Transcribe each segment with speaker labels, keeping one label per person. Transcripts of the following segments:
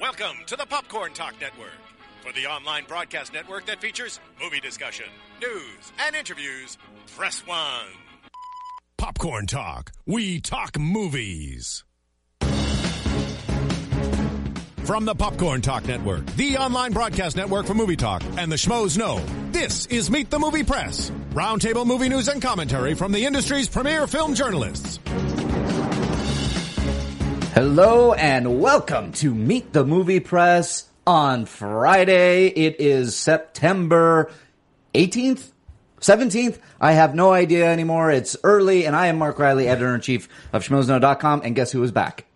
Speaker 1: Welcome to the Popcorn Talk Network, for the online broadcast network that features movie discussion, news, and interviews. Press one. Popcorn Talk. We talk movies. From the Popcorn Talk Network, the online broadcast network for movie talk, and the schmoes know, this is Meet the Movie Press, roundtable movie news and commentary from the industry's premier film journalists.
Speaker 2: Hello and welcome to Meet the Movie Press on Friday. It is September 18th, 17th. I have no idea anymore. It's early and I am Mark Riley, editor in chief of schmozno.com. And guess who is back?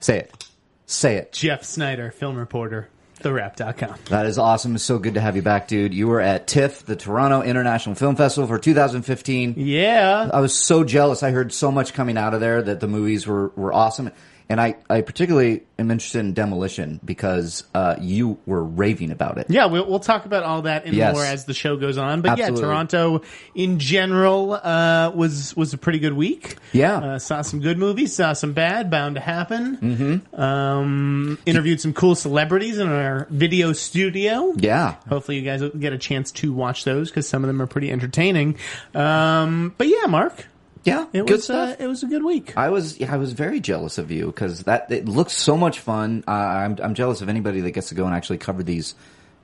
Speaker 2: Say it. Say it.
Speaker 3: Jeff Snyder, film reporter, therap.com.
Speaker 2: That is awesome. It's so good to have you back, dude. You were at TIFF, the Toronto International Film Festival for 2015.
Speaker 3: Yeah.
Speaker 2: I was so jealous. I heard so much coming out of there that the movies were, were awesome. And I, I particularly am interested in Demolition because uh, you were raving about it.
Speaker 3: Yeah, we'll, we'll talk about all that and
Speaker 2: Yes.
Speaker 3: more as the show goes on. But
Speaker 2: Absolutely.
Speaker 3: yeah, Toronto in general uh, was was a pretty good week.
Speaker 2: Yeah.
Speaker 3: uh, saw some good movies, saw some bad, bound to happen. Mm-hmm. Um, interviewed some cool celebrities in our video studio.
Speaker 2: Yeah.
Speaker 3: Hopefully, you guys will get a chance to watch those because some of them are pretty entertaining. Um, but yeah, Mark,
Speaker 2: Yeah.
Speaker 3: it
Speaker 2: good
Speaker 3: was
Speaker 2: stuff.
Speaker 3: uh, it was a good week.
Speaker 2: I was yeah, I was very jealous of you because that it looks so much fun. Uh, I'm I'm jealous of anybody that gets to go and actually cover these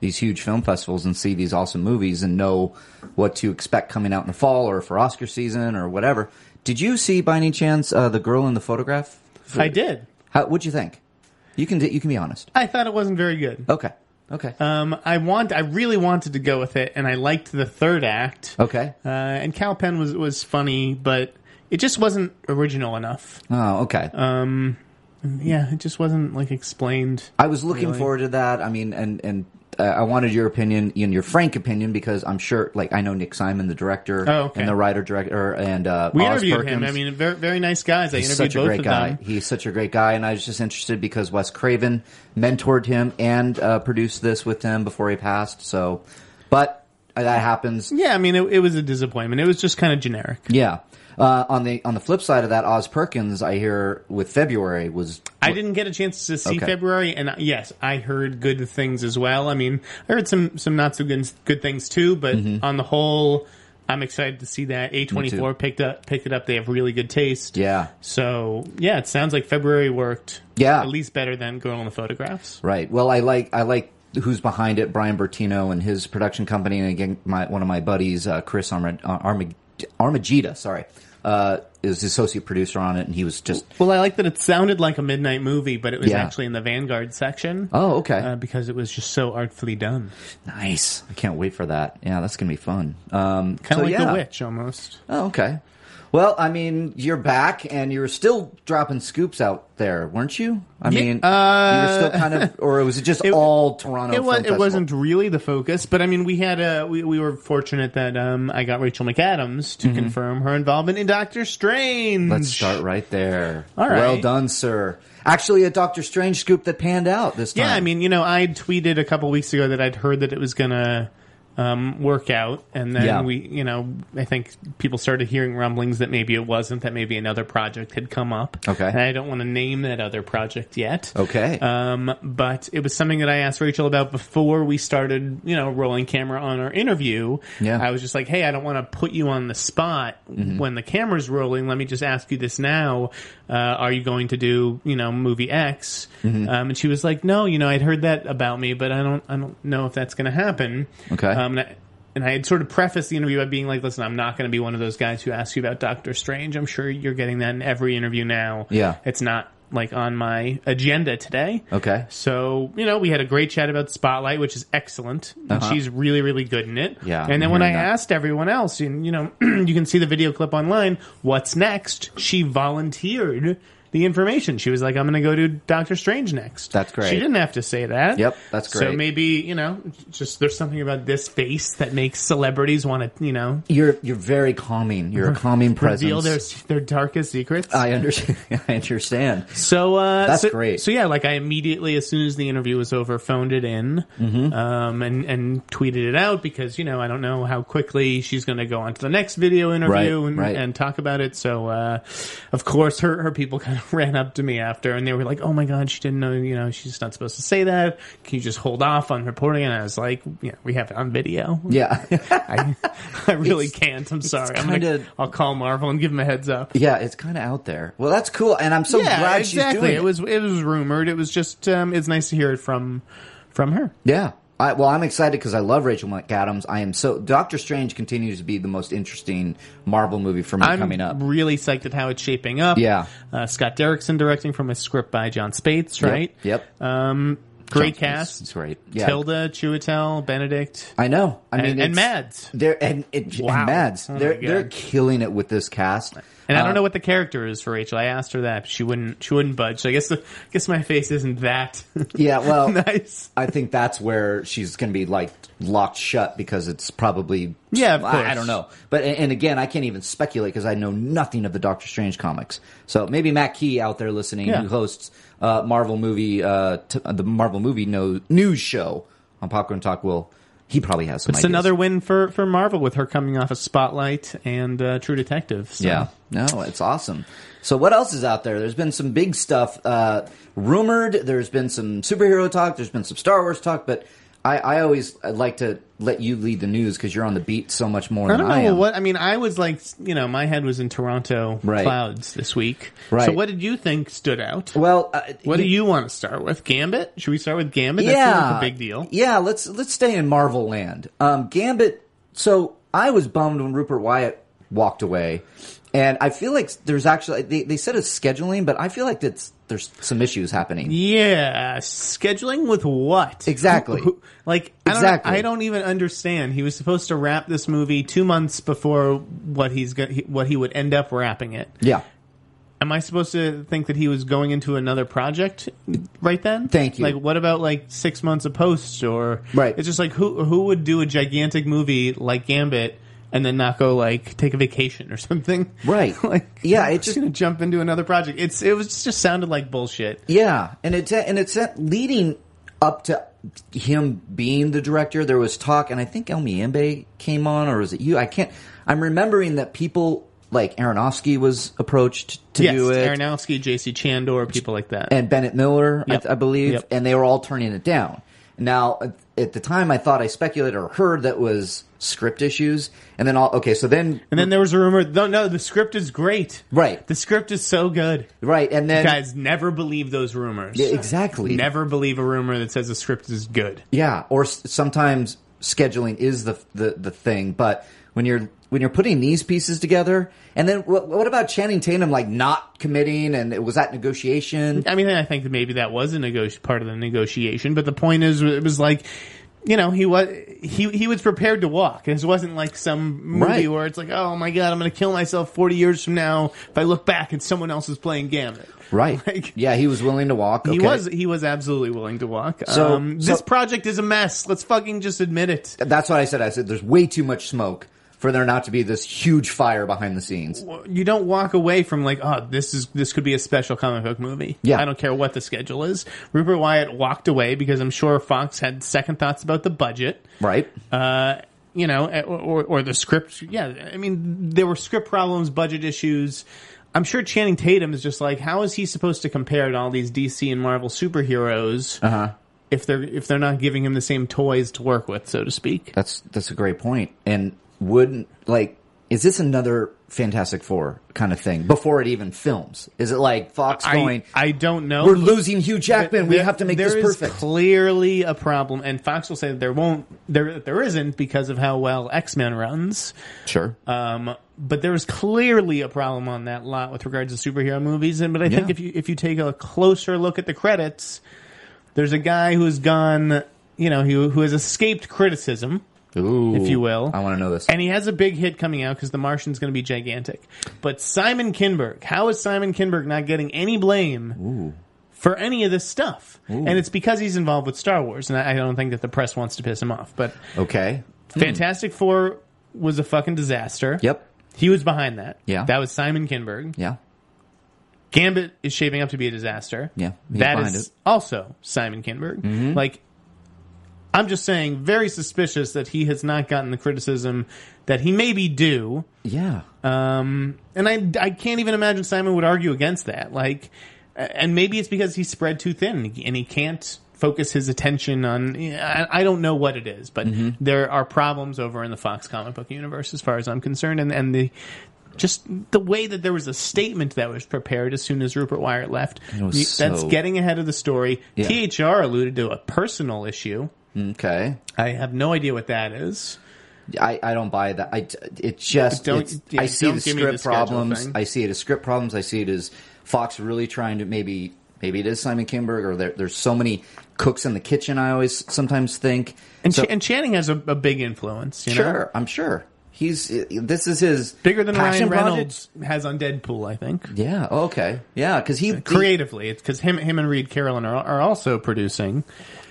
Speaker 2: these huge film festivals and see these awesome movies and know what to expect coming out in the fall or for Oscar season or whatever. Did you see by any chance uh, the girl in the photograph?
Speaker 3: I did.
Speaker 2: How, what'd you think? You can you can be honest.
Speaker 3: I thought it wasn't very good.
Speaker 2: Okay. Okay.
Speaker 3: Um, I want, I really wanted to go with it, and I liked the third act.
Speaker 2: okay.
Speaker 3: Uh, and Cal Penn was was funny, but it just wasn't original enough.
Speaker 2: Oh, okay.
Speaker 3: uh, Yeah, it just wasn't like explained.
Speaker 2: I was looking forward to that. I mean, and and uh, I wanted your opinion and your frank opinion because I'm sure, like, I know Nick Simon, the director,
Speaker 3: Oh, okay.
Speaker 2: and the writer director, and uh,
Speaker 3: We
Speaker 2: Oz
Speaker 3: interviewed him.
Speaker 2: Perkins.
Speaker 3: I mean, very very nice guys. I
Speaker 2: He's
Speaker 3: interviewed
Speaker 2: such a
Speaker 3: both
Speaker 2: great
Speaker 3: of
Speaker 2: guy.
Speaker 3: them.
Speaker 2: He's such a great guy, and I was just interested because Wes Craven mentored him and uh, produced this with him before he passed. So, but uh, that happens.
Speaker 3: Yeah, I mean, it, it was a disappointment. It was just kind of generic.
Speaker 2: Yeah. Uh, on the on the flip side of that, Oz Perkins, I hear with February was
Speaker 3: I didn't get a chance to see
Speaker 2: Okay.
Speaker 3: February, and uh, yes, I heard good things as well. I mean, I heard some some not so good good things too, but
Speaker 2: Mm-hmm.
Speaker 3: on the whole, I'm excited to see that A24 picked up picked it up. They have really good taste.
Speaker 2: yeah
Speaker 3: So yeah, it sounds like February worked.
Speaker 2: Yeah.
Speaker 3: at least better than Girl in the Photographs.
Speaker 2: Right. Well, I like I like who's behind it, Brian Bertino and his production company, and again, my one of my buddies, uh, Chris Arma, Arma, Armagita, sorry, uh, is associate producer on it, and he was just
Speaker 3: Well, I like that it sounded like a midnight movie, but it was
Speaker 2: Yeah.
Speaker 3: actually in the Vanguard section.
Speaker 2: oh okay,
Speaker 3: Uh, because it was just so artfully done,
Speaker 2: nice. I can't wait for that. Yeah, that's gonna be fun. Um,
Speaker 3: kind of
Speaker 2: so,
Speaker 3: like
Speaker 2: yeah.
Speaker 3: The Witch almost.
Speaker 2: Oh okay. Well, I mean, you're back, and you were still dropping scoops out there, weren't you? I mean, you were still kind of, or was it just all Toronto?
Speaker 3: uh, It,
Speaker 2: Film
Speaker 3: was, it
Speaker 2: Festival?
Speaker 3: wasn't really the focus, but I mean, we had a we, we were fortunate that um, I got Rachel McAdams to confirm her involvement in Doctor Strange.
Speaker 2: Let's start right there.
Speaker 3: All right.
Speaker 2: Well done, sir. Actually, a Doctor Strange scoop that panned out this time.
Speaker 3: Yeah, I mean, you know, I had tweeted a couple weeks ago that I'd heard that it was gonna um, work out, and then
Speaker 2: Yeah.
Speaker 3: we, you know, I think people started hearing rumblings that maybe it wasn't, that maybe another project had come up.
Speaker 2: Okay.
Speaker 3: and I don't want to name that other project yet.
Speaker 2: Okay.
Speaker 3: Um, but it was something that I asked Rachel about before we started, you know, rolling camera on our interview.
Speaker 2: Yeah. Mm-hmm.
Speaker 3: I was just like, hey, I don't want to put you on the spot when the camera's rolling. Let me just ask you this now. Uh, are you going to do, you know, movie X?
Speaker 2: Mm-hmm.
Speaker 3: Um, and she was like, no, you know, I'd heard that about me, but I don't, I don't know if that's going to happen.
Speaker 2: Okay.
Speaker 3: Um, and I, and I had sort of prefaced the interview by being like, listen, I'm not going to be one of those guys who asks you about Doctor Strange. I'm sure you're getting that in every interview now.
Speaker 2: Yeah.
Speaker 3: It's not like on my agenda today.
Speaker 2: okay.
Speaker 3: So, you know, we had a great chat about Spotlight, which is excellent. And she's really, really good in it.
Speaker 2: Uh-huh. Yeah,
Speaker 3: And then
Speaker 2: I'm
Speaker 3: when I
Speaker 2: hearing that.
Speaker 3: asked everyone else, and you know, you can see the video clip online, what's next? She volunteered the information. She was like, I'm going to go do Doctor Strange next.
Speaker 2: That's great.
Speaker 3: She didn't have to say that.
Speaker 2: Yep, that's
Speaker 3: So
Speaker 2: great.
Speaker 3: maybe, you know, just there's something about this face that makes celebrities want to, you know,
Speaker 2: You're you're very calming. You're a calming presence.
Speaker 3: reveal their, their darkest secrets.
Speaker 2: I understand. I understand.
Speaker 3: So uh,
Speaker 2: That's
Speaker 3: so-
Speaker 2: great.
Speaker 3: So yeah, like I immediately, as soon as the interview was over, phoned it in
Speaker 2: Mm-hmm.
Speaker 3: um, and and tweeted it out because you know I don't know how quickly she's going to go on to the next video interview
Speaker 2: Right,
Speaker 3: and,
Speaker 2: right.
Speaker 3: and talk about it. So uh, of course, her her people kind ran up to me after, and they were like, "Oh my god, she didn't know. You know, she's not supposed to say that. Can you just hold off on reporting?" And I was like, "Yeah, we have it on video.
Speaker 2: Yeah.
Speaker 3: I, I really
Speaker 2: It's-
Speaker 3: can't. I'm sorry. I'm gonna,
Speaker 2: kinda-
Speaker 3: I'll call Marvel and give him a heads up."
Speaker 2: yeah, it's kind of out there. Well, that's cool. And I'm so glad she's doing it.
Speaker 3: was it was rumored. It was just um, it's nice to hear it from from her.
Speaker 2: Yeah. I, well, I'm excited because I love Rachel McAdams. I am so. Doctor Strange continues to be the most interesting Marvel movie for me
Speaker 3: I'm
Speaker 2: coming up.
Speaker 3: really psyched at how it's shaping up.
Speaker 2: Yeah.
Speaker 3: uh, Scott Derrickson directing from a script by John Spates.
Speaker 2: Yep,
Speaker 3: Right.
Speaker 2: Yep.
Speaker 3: Um, great
Speaker 2: Johnson's-
Speaker 3: cast.
Speaker 2: It's great. Yeah.
Speaker 3: Tilda, Chiwetel, Benedict,
Speaker 2: I know. I
Speaker 3: and,
Speaker 2: mean,
Speaker 3: and
Speaker 2: it's-
Speaker 3: Mads.
Speaker 2: They're and, it,
Speaker 3: Wow.
Speaker 2: and Mads.
Speaker 3: Oh my
Speaker 2: they're
Speaker 3: God.
Speaker 2: they're killing it with this cast.
Speaker 3: And I
Speaker 2: Uh,
Speaker 3: don't know what the character is for Rachel. I asked her that. but She wouldn't. She wouldn't budge. So I guess the, I guess my face isn't that
Speaker 2: Yeah. Well,
Speaker 3: nice.
Speaker 2: I think that's where she's going to be like locked shut because it's probably
Speaker 3: Yeah, of
Speaker 2: I- I,
Speaker 3: course.
Speaker 2: don't know, but and and again, I can't even speculate because I know nothing of the Doctor Strange comics. So maybe Matt Key out there listening,
Speaker 3: Yeah.
Speaker 2: who hosts uh, Marvel movie uh, t- uh, the Marvel movie no- news show on Popcorn Talk, will he probably has some?
Speaker 3: It's
Speaker 2: ideas.
Speaker 3: another win for, for Marvel with her coming off of Spotlight and uh, True Detective. So.
Speaker 2: Yeah. No, it's awesome. So what else is out there? There's been some big stuff uh, rumored. There's been some superhero talk. There's been some Star Wars talk. But I, I always I'd like to let you lead the news because you're on the beat so much more
Speaker 3: I
Speaker 2: than
Speaker 3: don't
Speaker 2: I
Speaker 3: know
Speaker 2: am.
Speaker 3: what I mean. I was like, you know, my head was in Toronto
Speaker 2: Right.
Speaker 3: clouds this week.
Speaker 2: Right.
Speaker 3: So, what did you think stood out?
Speaker 2: well, uh,
Speaker 3: What do you want to start with? Gambit? Should we start with Gambit? That seemed
Speaker 2: yeah,
Speaker 3: like a big deal.
Speaker 2: Yeah, let's let's stay in Marvel land. Um, Gambit. So I was bummed when Rupert Wyatt walked away, and I feel like there's actually they, they said it's scheduling, but I feel like it's there's some issues happening.
Speaker 3: Yeah, scheduling with what
Speaker 2: Exactly.
Speaker 3: Who- Like I
Speaker 2: Exactly.
Speaker 3: don't, I don't even understand. He was supposed to wrap this movie two months before what he's go- he- what he would end up wrapping it.
Speaker 2: Yeah.
Speaker 3: Am I supposed to think that he was going into another project right then?
Speaker 2: Thank you.
Speaker 3: Like, what about like six months of post or
Speaker 2: Right.
Speaker 3: It's just like who who would do a gigantic movie like Gambit and then not go like take a vacation or something?
Speaker 2: Right.
Speaker 3: like,
Speaker 2: Yeah, it
Speaker 3: I'm
Speaker 2: just-
Speaker 3: gonna jump into another project. It's it was just sounded like bullshit.
Speaker 2: Yeah, and it's and it's leading up to him being the director. There was talk, and I think El Miembe came on, or was it you? I can't. I'm remembering that people like Aronofsky was approached to
Speaker 3: yes,
Speaker 2: do it,
Speaker 3: Aronofsky, J.C. Chandor, people like that.
Speaker 2: and Bennett Miller, I,
Speaker 3: Yep.
Speaker 2: I believe,
Speaker 3: Yep.
Speaker 2: and they were all turning it down. Now, at- at the time, I thought I speculated or heard that was script issues, and then all okay. So then,
Speaker 3: and then there was a rumor. No, no, the script is great.
Speaker 2: Right.
Speaker 3: the script is so good.
Speaker 2: right, and then
Speaker 3: Guys, never believe those rumors.
Speaker 2: Yeah, exactly,
Speaker 3: Never believe a rumor that says the script is good.
Speaker 2: Yeah, or s- sometimes scheduling is the, the the thing, but when you're when you're putting these pieces together, and then what, what about Channing Tatum like not committing, and it was that negotiation?
Speaker 3: I mean, I think that maybe that was a negoti part of the negotiation, but the point is, it was like, you know, he was he he was prepared to walk. This wasn't like some movie
Speaker 2: Right.
Speaker 3: where it's like, oh my god, I'm going to kill myself 40 years from now if I look back and someone else is playing Gambit.
Speaker 2: Right?
Speaker 3: Like-
Speaker 2: yeah, he was willing to walk.
Speaker 3: He
Speaker 2: okay.
Speaker 3: was he was absolutely willing to walk.
Speaker 2: So-
Speaker 3: um,
Speaker 2: so-
Speaker 3: this project is a mess. Let's fucking just admit it.
Speaker 2: That's what I said. I said there's way too much smoke for there not to be this huge fire behind the scenes.
Speaker 3: you don't walk away from like, oh, this is this could be a special comic book movie.
Speaker 2: Yeah.
Speaker 3: I don't care what the schedule is. Rupert Wyatt walked away because I'm sure Fox had second thoughts about the budget,
Speaker 2: Right?
Speaker 3: uh, you know, or, or or the script. Yeah, I mean, there were script problems, budget issues. I'm sure Channing Tatum is just like, how is he supposed to compare to all these DC and Marvel superheroes
Speaker 2: Uh-huh.
Speaker 3: if they're if they're not giving him the same toys to work with, so to speak?
Speaker 2: That's that's a great point. And wouldn't like is this another Fantastic Four kind of thing before it even films? Is it like Fox going?
Speaker 3: I, I don't know.
Speaker 2: We're losing Hugh Jackman. we
Speaker 3: There-
Speaker 2: have to make this
Speaker 3: there is
Speaker 2: perfect.
Speaker 3: clearly a problem, and Fox will say that there won't, there there isn't because of how well X Men runs.
Speaker 2: sure.
Speaker 3: Um, but there is clearly a problem on that lot with regards to superhero movies. And but I think
Speaker 2: Yeah.
Speaker 3: if you if you take a closer look at the credits, there's a guy who's gone, you know, who who has escaped criticism.
Speaker 2: Ooh,
Speaker 3: if you will.
Speaker 2: I want to know this.
Speaker 3: And he has a big hit coming out because The Martian's going to be gigantic. But Simon Kinberg, how is Simon Kinberg not getting any blame for any of this stuff? And it's because he's involved with Star Wars, and I I don't think that the press wants to piss him off. But
Speaker 2: okay.
Speaker 3: Fantastic Four was a fucking disaster.
Speaker 2: Hmm. Yep.
Speaker 3: He was behind that.
Speaker 2: Yeah.
Speaker 3: That was Simon Kinberg.
Speaker 2: Yeah.
Speaker 3: Gambit is shaping up to be a disaster.
Speaker 2: Yeah, he's Mm-hmm.
Speaker 3: That
Speaker 2: behind
Speaker 3: is
Speaker 2: it.
Speaker 3: also Simon Kinberg. Like, I'm just saying, very suspicious that he has not gotten the criticism that he maybe due.
Speaker 2: Yeah.
Speaker 3: Um, and I, I can't even imagine Simon would argue against that. Like, and maybe it's because he's spread too thin and he can't focus his attention on. I, I don't know what it is, but
Speaker 2: Mm-hmm.
Speaker 3: there are problems over in the Fox comic book universe, as far as I'm concerned, and and the. Just the way that there was a statement that was prepared as soon as Rupert Wyatt left.
Speaker 2: It was
Speaker 3: You- That's
Speaker 2: so-
Speaker 3: getting ahead of the story.
Speaker 2: Yeah.
Speaker 3: THR alluded to a personal issue.
Speaker 2: Mm, Okay.
Speaker 3: I have no idea what that is.
Speaker 2: I, I don't buy that. I it just
Speaker 3: Don't-
Speaker 2: it's-
Speaker 3: yeah,
Speaker 2: I see
Speaker 3: don't
Speaker 2: the
Speaker 3: give me
Speaker 2: script
Speaker 3: the schedule
Speaker 2: problems.
Speaker 3: thing.
Speaker 2: I see it as script problems. I see it as Fox really trying to maybe maybe it is Simon Kinberg or there, there's so many cooks in the kitchen. I always sometimes think
Speaker 3: And,
Speaker 2: So-
Speaker 3: Ch- and Channing has a, a big influence. You
Speaker 2: sure
Speaker 3: know?
Speaker 2: I'm sure he's this is his
Speaker 3: bigger than
Speaker 2: passion
Speaker 3: Ryan
Speaker 2: project?
Speaker 3: Reynolds has on Deadpool. I think
Speaker 2: Yeah. oh, okay. Yeah, because he he-
Speaker 3: creatively, it's because him, him and Reed Carolyn are, are also producing.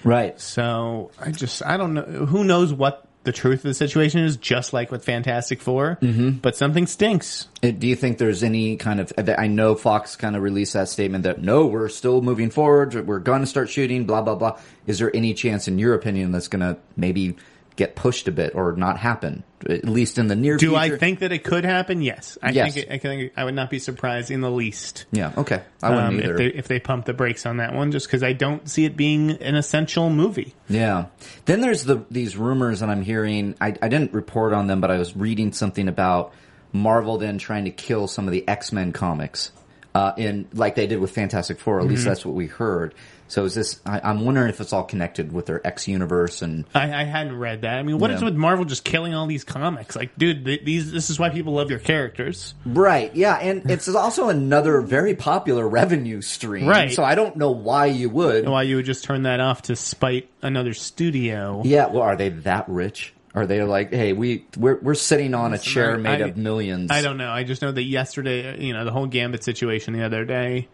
Speaker 2: right.
Speaker 3: So I just I don't know who knows what the truth of the situation is. Just like with Fantastic 4
Speaker 2: Mm-hmm.
Speaker 3: but something stinks.
Speaker 2: Uh, Do you think there's any kind of? I know Fox kind of released that statement that no, we're still moving forward. We're going to start shooting. Blah blah blah. Is there any chance, in your opinion, that's going to maybe get pushed a bit or not happen? At least in the near
Speaker 3: Do
Speaker 2: future.
Speaker 3: I think that it could happen? Yes, I
Speaker 2: Yes.
Speaker 3: think it, I think I would not be surprised in the least.
Speaker 2: Yeah. Okay. I wouldn't
Speaker 3: um,
Speaker 2: either.
Speaker 3: if they if they pump the brakes on that one, just because I don't see it being an essential movie.
Speaker 2: Yeah. Then there's the these rumors that I'm hearing. I, I didn't report on them, but I was reading something about Marvel then trying to kill some of the X Men comics, uh, in like they did with Fantastic Four. At
Speaker 3: Mm-hmm.
Speaker 2: least that's what we heard. So is this? I, I'm wondering if it's all connected with their X universe and
Speaker 3: I, I hadn't read that. I mean, what is
Speaker 2: Yeah.
Speaker 3: with Marvel just killing all these comics? Like, dude, th- these this is why people love your characters.
Speaker 2: right. Yeah, and it's also another very popular revenue stream.
Speaker 3: Right.
Speaker 2: So I don't know why you would.
Speaker 3: Why you would just turn that off to spite another studio?
Speaker 2: yeah. Well, are they that rich? Are they like, hey, we we're, we're sitting on a chair
Speaker 3: I-
Speaker 2: made
Speaker 3: I-
Speaker 2: of millions?
Speaker 3: I don't know. I just know that yesterday, uh, you know, the whole Gambit situation the other day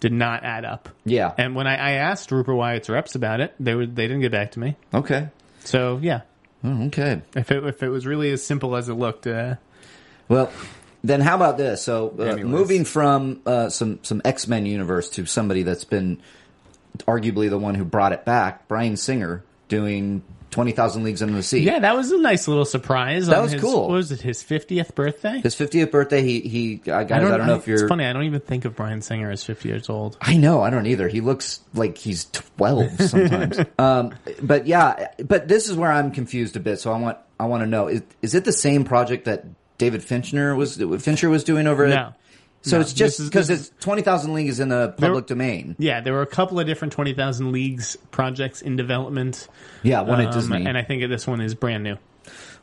Speaker 3: did not add up.
Speaker 2: Mm-hmm. Yeah.
Speaker 3: And when I, I asked Rupert Wyatt's reps about it, they were they didn't get back to me.
Speaker 2: Okay.
Speaker 3: So yeah,
Speaker 2: Oh, okay.
Speaker 3: if it if it was really as simple as it looked, uh,
Speaker 2: Well, then how about this? So, uh,
Speaker 3: Anyways.
Speaker 2: moving from uh, some some X Men universe to somebody that's been arguably the one who brought it back, Brian Singer doing Twenty Thousand Leagues Under the Sea.
Speaker 3: yeah, that was a nice little surprise. That
Speaker 2: was
Speaker 3: his,
Speaker 2: cool.
Speaker 3: What was it? His fiftieth birthday.
Speaker 2: His fiftieth birthday, he he. I, guys, I don't, know if you're.
Speaker 3: It's funny. I don't even think of Brian Singer as fifty years old.
Speaker 2: I know, I don't either. He looks like he's 12 sometimes. um, but yeah, but this is where I'm confused a bit. So I want I want to know is is it the same project that David Finchner was Fincher was doing over
Speaker 3: No.
Speaker 2: it? So it's
Speaker 3: This
Speaker 2: just
Speaker 3: is-
Speaker 2: because
Speaker 3: this
Speaker 2: it's 20,000 League is in the public domain.
Speaker 3: Yeah, there were a couple of different 20,000 Leagues projects in development.
Speaker 2: Yeah, one at
Speaker 3: Um,
Speaker 2: Disney.
Speaker 3: And I think this one is brand new.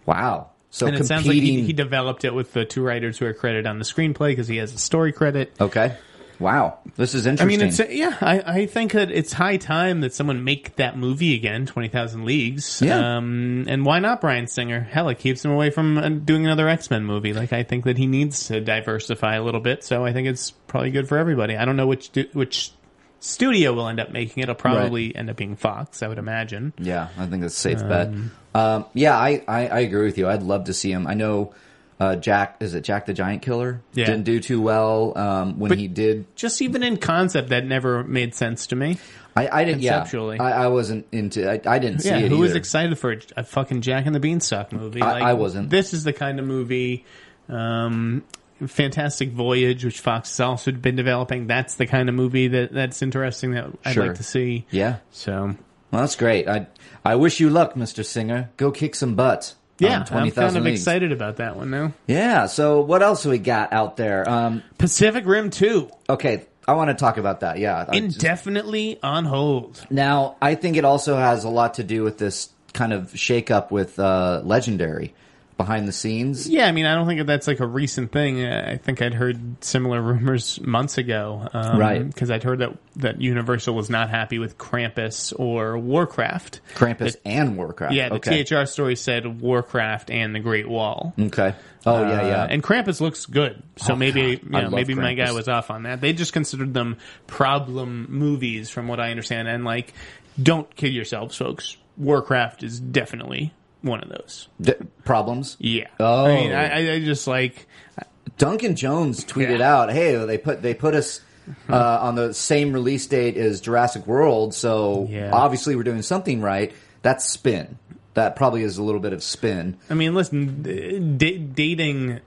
Speaker 2: wow. So
Speaker 3: And it sounds like
Speaker 2: competing.
Speaker 3: he, he developed it with the two writers who are credited on the screenplay because he has a story credit.
Speaker 2: okay. Wow. This is
Speaker 3: I
Speaker 2: Oh, interesting.
Speaker 3: mean, it's yeah. I, I think that it's high time that someone make that movie again, Twenty Thousand Leagues.
Speaker 2: Yeah.
Speaker 3: Um, and why not Brian Singer? Hell, it keeps him away from uh, doing another X Men movie. Like I think that he needs to diversify a little bit. So I think it's probably good for everybody. I don't know which du- which studio will end up making it. It'll probably end up being Fox, I would imagine.
Speaker 2: Yeah, I think that's a safe bet. Um, yeah, I, I, I agree with you. I'd love to see him. I know uh, Jack is it Jack the Giant Killer?
Speaker 3: Yeah.
Speaker 2: Didn't do too well um, when he did.
Speaker 3: Just even in concept, that never made sense to me.
Speaker 2: I, I didn't. Yeah,
Speaker 3: Conceptually.
Speaker 2: I, I wasn't into. I, I didn't see
Speaker 3: Yeah,
Speaker 2: it.
Speaker 3: who was
Speaker 2: either.
Speaker 3: excited for a, a fucking Jack and the Beanstalk movie?
Speaker 2: I- I wasn't.
Speaker 3: This is the kind of movie. Um, Fantastic Voyage, which Fox has also been developing. That's the kind of movie that that's interesting that I'd
Speaker 2: Sure. Um,
Speaker 3: like to see.
Speaker 2: Yeah,
Speaker 3: So
Speaker 2: well, that's great. I I wish you luck, Mister Singer. Go kick some butt. on
Speaker 3: yeah, I'm
Speaker 2: 20,000
Speaker 3: kind of
Speaker 2: Leagues.
Speaker 3: excited about that one now.
Speaker 2: Yeah. So what else we got out there? Um,
Speaker 3: Pacific Rim Two
Speaker 2: okay, I want to talk about that. Yeah. I just-
Speaker 3: indefinitely on hold.
Speaker 2: Now, I think it also has a lot to do with this kind of shakeup with uh, Legendary behind the scenes.
Speaker 3: Yeah, I mean, I don't think that that's like a recent thing. Uh, I think I'd heard similar rumors months ago, um,
Speaker 2: Right.
Speaker 3: Because I'd heard that that Universal was not happy with Krampus or Warcraft.
Speaker 2: Krampus and Warcraft.
Speaker 3: Yeah, the
Speaker 2: okay.
Speaker 3: THR story said Warcraft and the Great Wall.
Speaker 2: Okay. Oh yeah, yeah. Oh,
Speaker 3: Uh, and Krampus looks good, so maybe
Speaker 2: God,
Speaker 3: you
Speaker 2: I
Speaker 3: know,
Speaker 2: love
Speaker 3: maybe my
Speaker 2: Krampus.
Speaker 3: guy was off on that. They just considered them problem movies, from what I understand. And like, don't kill yourselves, folks. Warcraft is definitely one of those.
Speaker 2: D- problems.
Speaker 3: Yeah.
Speaker 2: Oh.
Speaker 3: I mean, I, I- I just like
Speaker 2: Duncan Jones tweeted
Speaker 3: Yeah.
Speaker 2: out, "Hey, they put they put us uh, on the same release date as Jurassic World, so
Speaker 3: Yeah.
Speaker 2: obviously we're doing something right." That's spin. That probably is a little bit of spin.
Speaker 3: I mean, listen, d- dating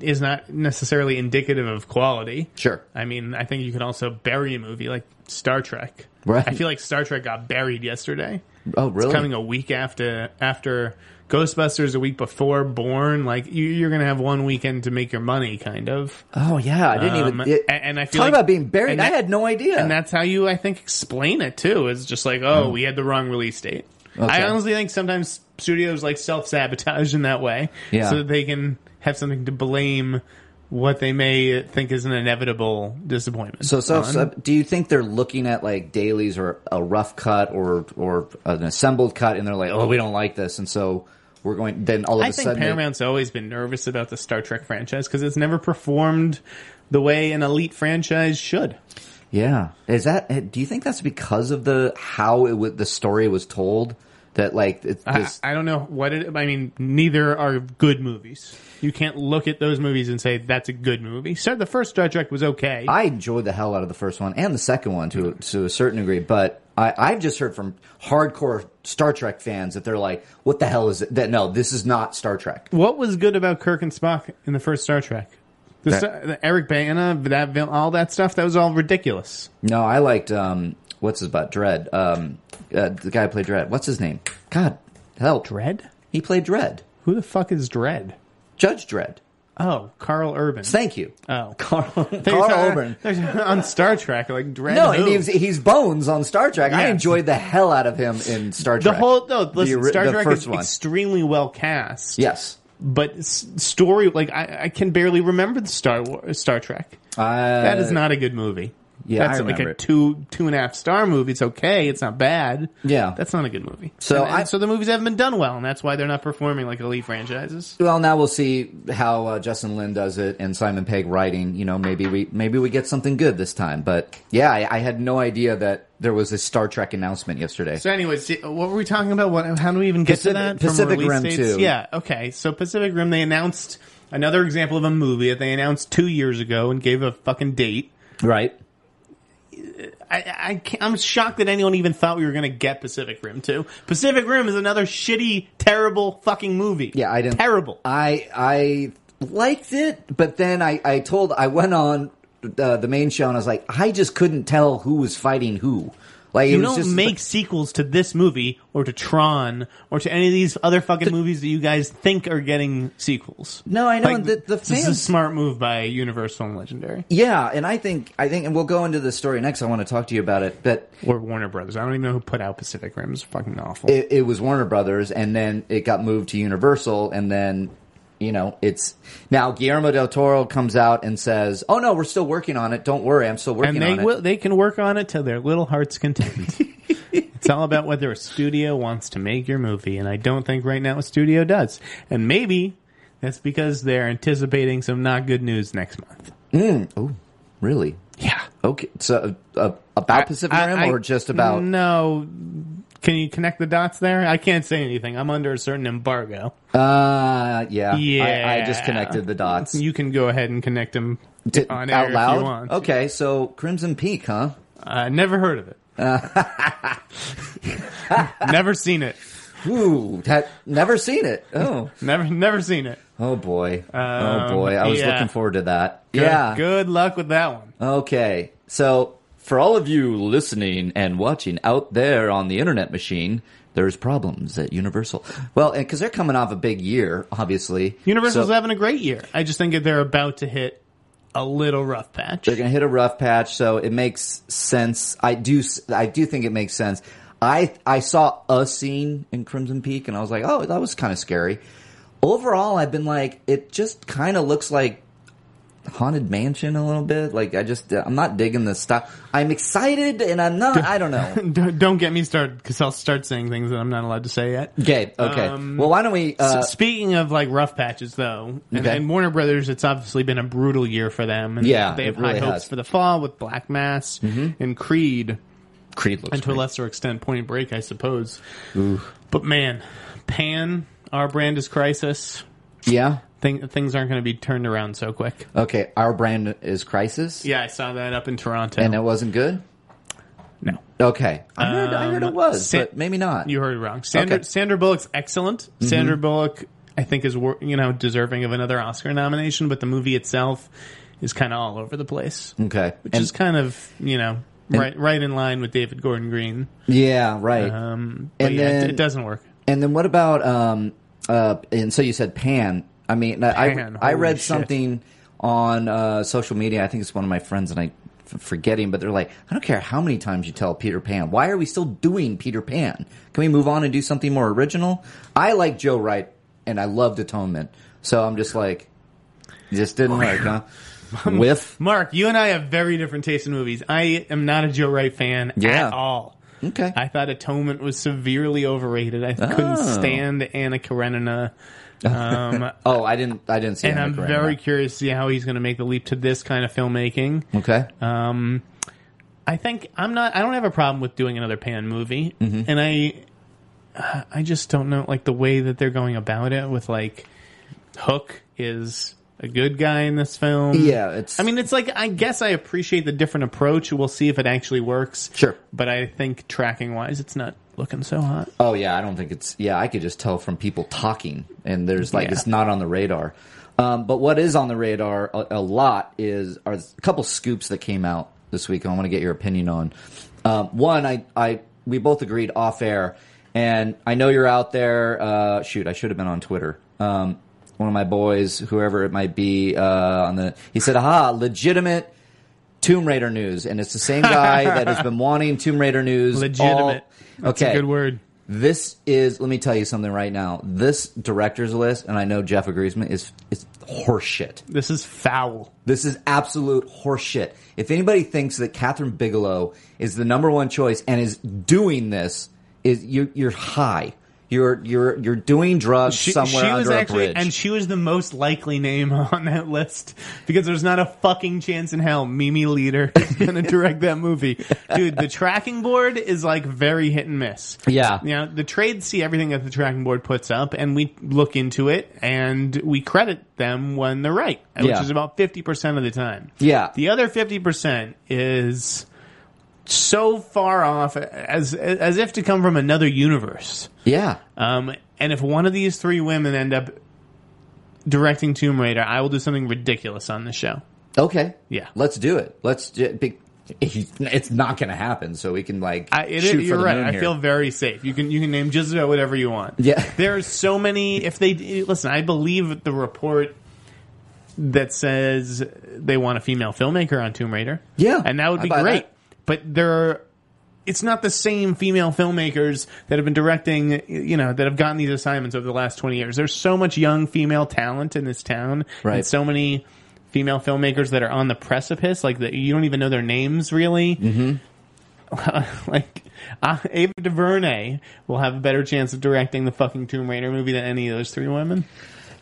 Speaker 3: is not necessarily indicative of quality.
Speaker 2: Sure.
Speaker 3: I mean, I think you can also bury a movie like Star Trek.
Speaker 2: Right.
Speaker 3: I feel like Star Trek got buried yesterday.
Speaker 2: Oh, really?
Speaker 3: It's coming a week after after Ghostbusters, a week before Born. Like you, you're gonna have one weekend to make your money, kind of.
Speaker 2: oh, yeah. I didn't
Speaker 3: Um,
Speaker 2: even. It,
Speaker 3: a- and I feel
Speaker 2: talk
Speaker 3: like-
Speaker 2: about being buried.
Speaker 3: and that-
Speaker 2: I had no idea.
Speaker 3: And that's how you, I think, explain it too. Is just like,
Speaker 2: Mm.
Speaker 3: oh, we had the wrong release date. I honestly think sometimes studios like self sabotage in that way,
Speaker 2: Yeah.
Speaker 3: so that they can have something to blame what they may think is an inevitable disappointment.
Speaker 2: So, so,
Speaker 3: on.
Speaker 2: so do you think they're looking at like dailies or a rough cut or or an assembled cut, and they're like, "Oh, we don't like this," and so we're going. Then all of a
Speaker 3: I think
Speaker 2: sudden, they-
Speaker 3: Paramount's always been nervous about the Star Trek franchise because it's never performed the way an elite franchise should.
Speaker 2: yeah, is that? eh, Do you think that's because of the how it wa- the story was told that like it,
Speaker 3: I,
Speaker 2: this,
Speaker 3: I don't know what it. I mean, neither are good movies. You can't look at those movies and say that's a good movie. So the first Star Trek was okay.
Speaker 2: I enjoyed the hell out of the first one and the second one to to a certain degree, but I, I've just heard from hardcore Star Trek fans that they're like, "What the hell is it? that? No, this is not Star Trek."
Speaker 3: what was good about Kirk and Spock in the first Star Trek? The,
Speaker 2: That-
Speaker 3: Star- the Eric Bana, that vil- all that stuff. That was all ridiculous.
Speaker 2: No, I liked um, what's his butt Dread. Um, uh, the guy who played Dread. What's his name? God, help!
Speaker 3: Dread?
Speaker 2: He played Dread.
Speaker 3: Who the fuck is Dread?
Speaker 2: Judge Dread.
Speaker 3: Oh, Carl Urban.
Speaker 2: Thank you,
Speaker 3: oh,
Speaker 2: Carl.
Speaker 3: There's-
Speaker 2: Carl Urban.
Speaker 3: there's- on Star Trek, like Dread.
Speaker 2: No,
Speaker 3: who?
Speaker 2: and he's, he's Bones on Star Trek. I
Speaker 3: Yeah.
Speaker 2: enjoyed the hell out of him in Star
Speaker 3: the
Speaker 2: Trek.
Speaker 3: whole no. Listen,
Speaker 2: ori-
Speaker 3: Star
Speaker 2: the
Speaker 3: Trek
Speaker 2: first
Speaker 3: is
Speaker 2: one.
Speaker 3: extremely well cast.
Speaker 2: yes,
Speaker 3: but s- story like I, I can barely remember the Star War, Star Trek.
Speaker 2: Uh,
Speaker 3: that is not a good movie.
Speaker 2: yeah,
Speaker 3: that's
Speaker 2: I
Speaker 3: like
Speaker 2: remember
Speaker 3: a
Speaker 2: it.
Speaker 3: two two and a half star movie. It's okay. It's not bad.
Speaker 2: Yeah.
Speaker 3: that's not a good movie.
Speaker 2: So
Speaker 3: And- and
Speaker 2: I-
Speaker 3: so the movies haven't been done well, and that's why they're not performing like elite franchises.
Speaker 2: Well, now we'll see how uh, Justin Lin does it and Simon Pegg writing. You know, maybe we maybe we get something good this time. But yeah, I, I had no idea that there was a Star Trek announcement yesterday.
Speaker 3: So, anyways, d- what were we talking about? What? How do we even get
Speaker 2: Pacific-
Speaker 3: to that?
Speaker 2: Pacific
Speaker 3: release
Speaker 2: Rim 2.
Speaker 3: Yeah. Okay. So Pacific Rim, they announced another example of a movie that they announced two years ago and gave a fucking date.
Speaker 2: right?
Speaker 3: I, I can't, I'm shocked that anyone even thought we were going to get Pacific Rim 2. Pacific Rim is another shitty, terrible fucking movie.
Speaker 2: Yeah, I didn't.
Speaker 3: Terrible.
Speaker 2: I I liked it, but then I I told I went on uh, the main show and I was like, I just couldn't tell who was fighting who. Like it
Speaker 3: you
Speaker 2: was
Speaker 3: don't
Speaker 2: just
Speaker 3: make sequels to this movie or to Tron or to any of these other fucking movies that you guys think are getting sequels.
Speaker 2: No, I know, and the- the
Speaker 3: this is a
Speaker 2: fans-
Speaker 3: smart move by Universal and Legendary
Speaker 2: yeah, and I think I think, and we'll go into the story next. I want to talk to you about it, but
Speaker 3: or Warner Brothers. I don't even know who put out Pacific Rim. It's fucking awful.
Speaker 2: it, it was Warner Brothers, and then it got moved to Universal, and then you know it's now Guillermo del Toro comes out and says, "Oh no, we're still working on it. Don't worry, I'm still working
Speaker 3: and they
Speaker 2: on it."
Speaker 3: will. They can work on it till their little hearts content. it's all about whether a studio wants to make your movie, and I don't think right now a studio does. And maybe that's because they're anticipating some not good news next month.
Speaker 2: Really?
Speaker 3: Yeah,
Speaker 2: Okay, so uh, about Pacific Rim or just about?
Speaker 3: no. Can you connect the dots there? I can't say anything. I'm under a certain embargo.
Speaker 2: Uh, yeah, I, I just
Speaker 3: Yeah.
Speaker 2: connected the dots
Speaker 3: You can go ahead and connect them
Speaker 2: Did-
Speaker 3: on air
Speaker 2: out loud.
Speaker 3: if you want.
Speaker 2: Okay, so Crimson Peak, huh?
Speaker 3: Uh, never heard of it. never seen it.
Speaker 2: Ooh, that never seen it. Oh,
Speaker 3: Never, never seen it.
Speaker 2: oh boy, oh boy. I was
Speaker 3: Um, yeah.
Speaker 2: looking forward to that.
Speaker 3: Good-
Speaker 2: yeah,
Speaker 3: Good luck with that one.
Speaker 2: Okay. So, for all of you listening and watching out there on the internet machine, there's problems at Universal. Well, because they're coming off a big year, obviously.
Speaker 3: Universal's
Speaker 2: So
Speaker 3: having a great year. I just think that they're about to hit a little rough patch.
Speaker 2: they're going to hit a rough patch, so it makes sense. I do, s- I do think it makes sense. I, I saw a scene in Crimson Peak and I was like, oh, that was kind of scary. Overall, I've been like, it just kind of looks like Haunted Mansion a little bit. Like, I just, I'm not digging this stuff. I'm excited and I'm not, I don't know.
Speaker 3: Don't, don't get me started because I'll start saying things that I'm not allowed to say yet.
Speaker 2: Okay. Okay.
Speaker 3: Um,
Speaker 2: well, why don't we? Uh,
Speaker 3: S- Speaking of like rough patches, though, and,
Speaker 2: Okay.
Speaker 3: and Warner Brothers, it's obviously been a brutal year for them. And
Speaker 2: Yeah,
Speaker 3: they
Speaker 2: it
Speaker 3: have
Speaker 2: really
Speaker 3: high hopes
Speaker 2: has. Mm-hmm.
Speaker 3: for the fall with Black Mass and Creed,
Speaker 2: Creed looks
Speaker 3: and to a
Speaker 2: great.
Speaker 3: lesser extent Point Break, I suppose. But man, Pan, our brand is crisis.
Speaker 2: Yeah.
Speaker 3: Thing, things aren't going to be turned around so quick.
Speaker 2: Okay. Our brand is Crisis.
Speaker 3: Yeah, I saw that up in Toronto.
Speaker 2: And it wasn't good.
Speaker 3: no.
Speaker 2: Okay, I heard, I heard it
Speaker 3: Um,
Speaker 2: was,
Speaker 3: Sa-
Speaker 2: but maybe not.
Speaker 3: You heard it wrong. Sandra,
Speaker 2: Okay. Mm-hmm.
Speaker 3: Sandra Bullock's excellent. Sandra Bullock, I think, is wor- you know deserving of another Oscar nomination, but the movie itself is kind of all over the place,
Speaker 2: okay,
Speaker 3: which
Speaker 2: And-
Speaker 3: is kind of you know right right in line with David Gordon Green.
Speaker 2: yeah, right.
Speaker 3: Um, but
Speaker 2: And
Speaker 3: yeah,
Speaker 2: then-
Speaker 3: it, it doesn't work.
Speaker 2: And then what about um uh and so you said pan. I mean I
Speaker 3: Pan,
Speaker 2: I, I
Speaker 3: holy
Speaker 2: read
Speaker 3: shit.
Speaker 2: something on uh social media. I think it's one of my friends and I f- forget him, but they're like, I don't care how many times you tell Peter Pan. Why are we still doing Peter Pan? Can we move on and do something more original? I like Joe Wright and I loved Atonement. So I'm just like just
Speaker 3: Oh,
Speaker 2: didn't work, huh? Whiff.
Speaker 3: Mark, you and I have very different tastes in movies. I am not a Joe Wright fan
Speaker 2: Yeah.
Speaker 3: at all.
Speaker 2: Okay.
Speaker 3: I thought Atonement was severely overrated. I couldn't
Speaker 2: Oh.
Speaker 3: stand Anna Karenina. Um,
Speaker 2: oh, I didn't I didn't see
Speaker 3: and
Speaker 2: Anna
Speaker 3: I'm
Speaker 2: Karenina.
Speaker 3: very curious to see how he's going to make the leap to this kind of filmmaking.
Speaker 2: Okay.
Speaker 3: Um, I think I'm not. I don't have a problem with doing another Pan movie,
Speaker 2: Mm-hmm.
Speaker 3: and I, I just don't know like the way that they're going about it with like Hook is a good guy in this film.
Speaker 2: Yeah, it's-
Speaker 3: I mean, it's like I guess I appreciate the different approach. We'll see if it actually works.
Speaker 2: Sure.
Speaker 3: but I think tracking wise, it's not looking so hot.
Speaker 2: Oh yeah, I don't think it's yeah. I could just tell from people talking, and there's like
Speaker 3: Yeah.
Speaker 2: it's not on the radar. Um, but what is on the radar a, a lot is are a couple scoops that came out this week. and I want to get your opinion on um, one. I I we both agreed off air, and I know you're out there. Uh, shoot, I should have been on Twitter. Um, one of my boys, whoever it might be, uh, on the he said, "Aha, legitimate." Tomb Raider news, and it's the same guy that has been wanting Tomb Raider news. all-
Speaker 3: Legitimate. That's
Speaker 2: okay,
Speaker 3: a good word.
Speaker 2: this is. Let me tell you something right now. This director's list, and I know Jeff agrees with me, is is horseshit.
Speaker 3: This is foul.
Speaker 2: This is absolute horseshit. If anybody thinks that Catherine Bigelow is the number one choice and is doing this, is you you're high. You're you're you're doing drugs somewhere under a bridge.
Speaker 3: and she was the most likely name on that list because there's not a fucking chance in hell Mimi Leader is going to direct that movie, dude. The tracking board is like very hit and miss.
Speaker 2: Yeah.
Speaker 3: you know the trades see everything that the tracking board puts up, and we look into it and we credit them when they're right, which
Speaker 2: Yeah.
Speaker 3: is about fifty percent of the time.
Speaker 2: yeah,
Speaker 3: The other fifty percent is so far off as as if to come from another universe.
Speaker 2: yeah.
Speaker 3: Um, and if one of these three women end up directing Tomb Raider, I will do something ridiculous on the show.
Speaker 2: Okay.
Speaker 3: Yeah.
Speaker 2: Let's do it. Let's. ju- be- It's not going to happen, so we can like
Speaker 3: I, it,
Speaker 2: shoot for
Speaker 3: you're
Speaker 2: the
Speaker 3: right.
Speaker 2: moon
Speaker 3: I
Speaker 2: here.
Speaker 3: feel very safe. You can you can name just about whatever you want.
Speaker 2: Yeah.
Speaker 3: There's so many. If they listen, I believe the report that says they want a female filmmaker on Tomb Raider.
Speaker 2: Yeah.
Speaker 3: and that would
Speaker 2: I
Speaker 3: be
Speaker 2: buy
Speaker 3: great.
Speaker 2: that.
Speaker 3: But there are. It's not the same female filmmakers that have been directing, you know, that have gotten these assignments over the last 20 years. There's so much young female talent in this town.
Speaker 2: Right.
Speaker 3: And so many female filmmakers that are on the precipice, like that you don't even know their names really.
Speaker 4: Mm-hmm.
Speaker 3: like uh, Ava DuVernay will have a better chance of directing the fucking Tomb Raider movie than any of those three women.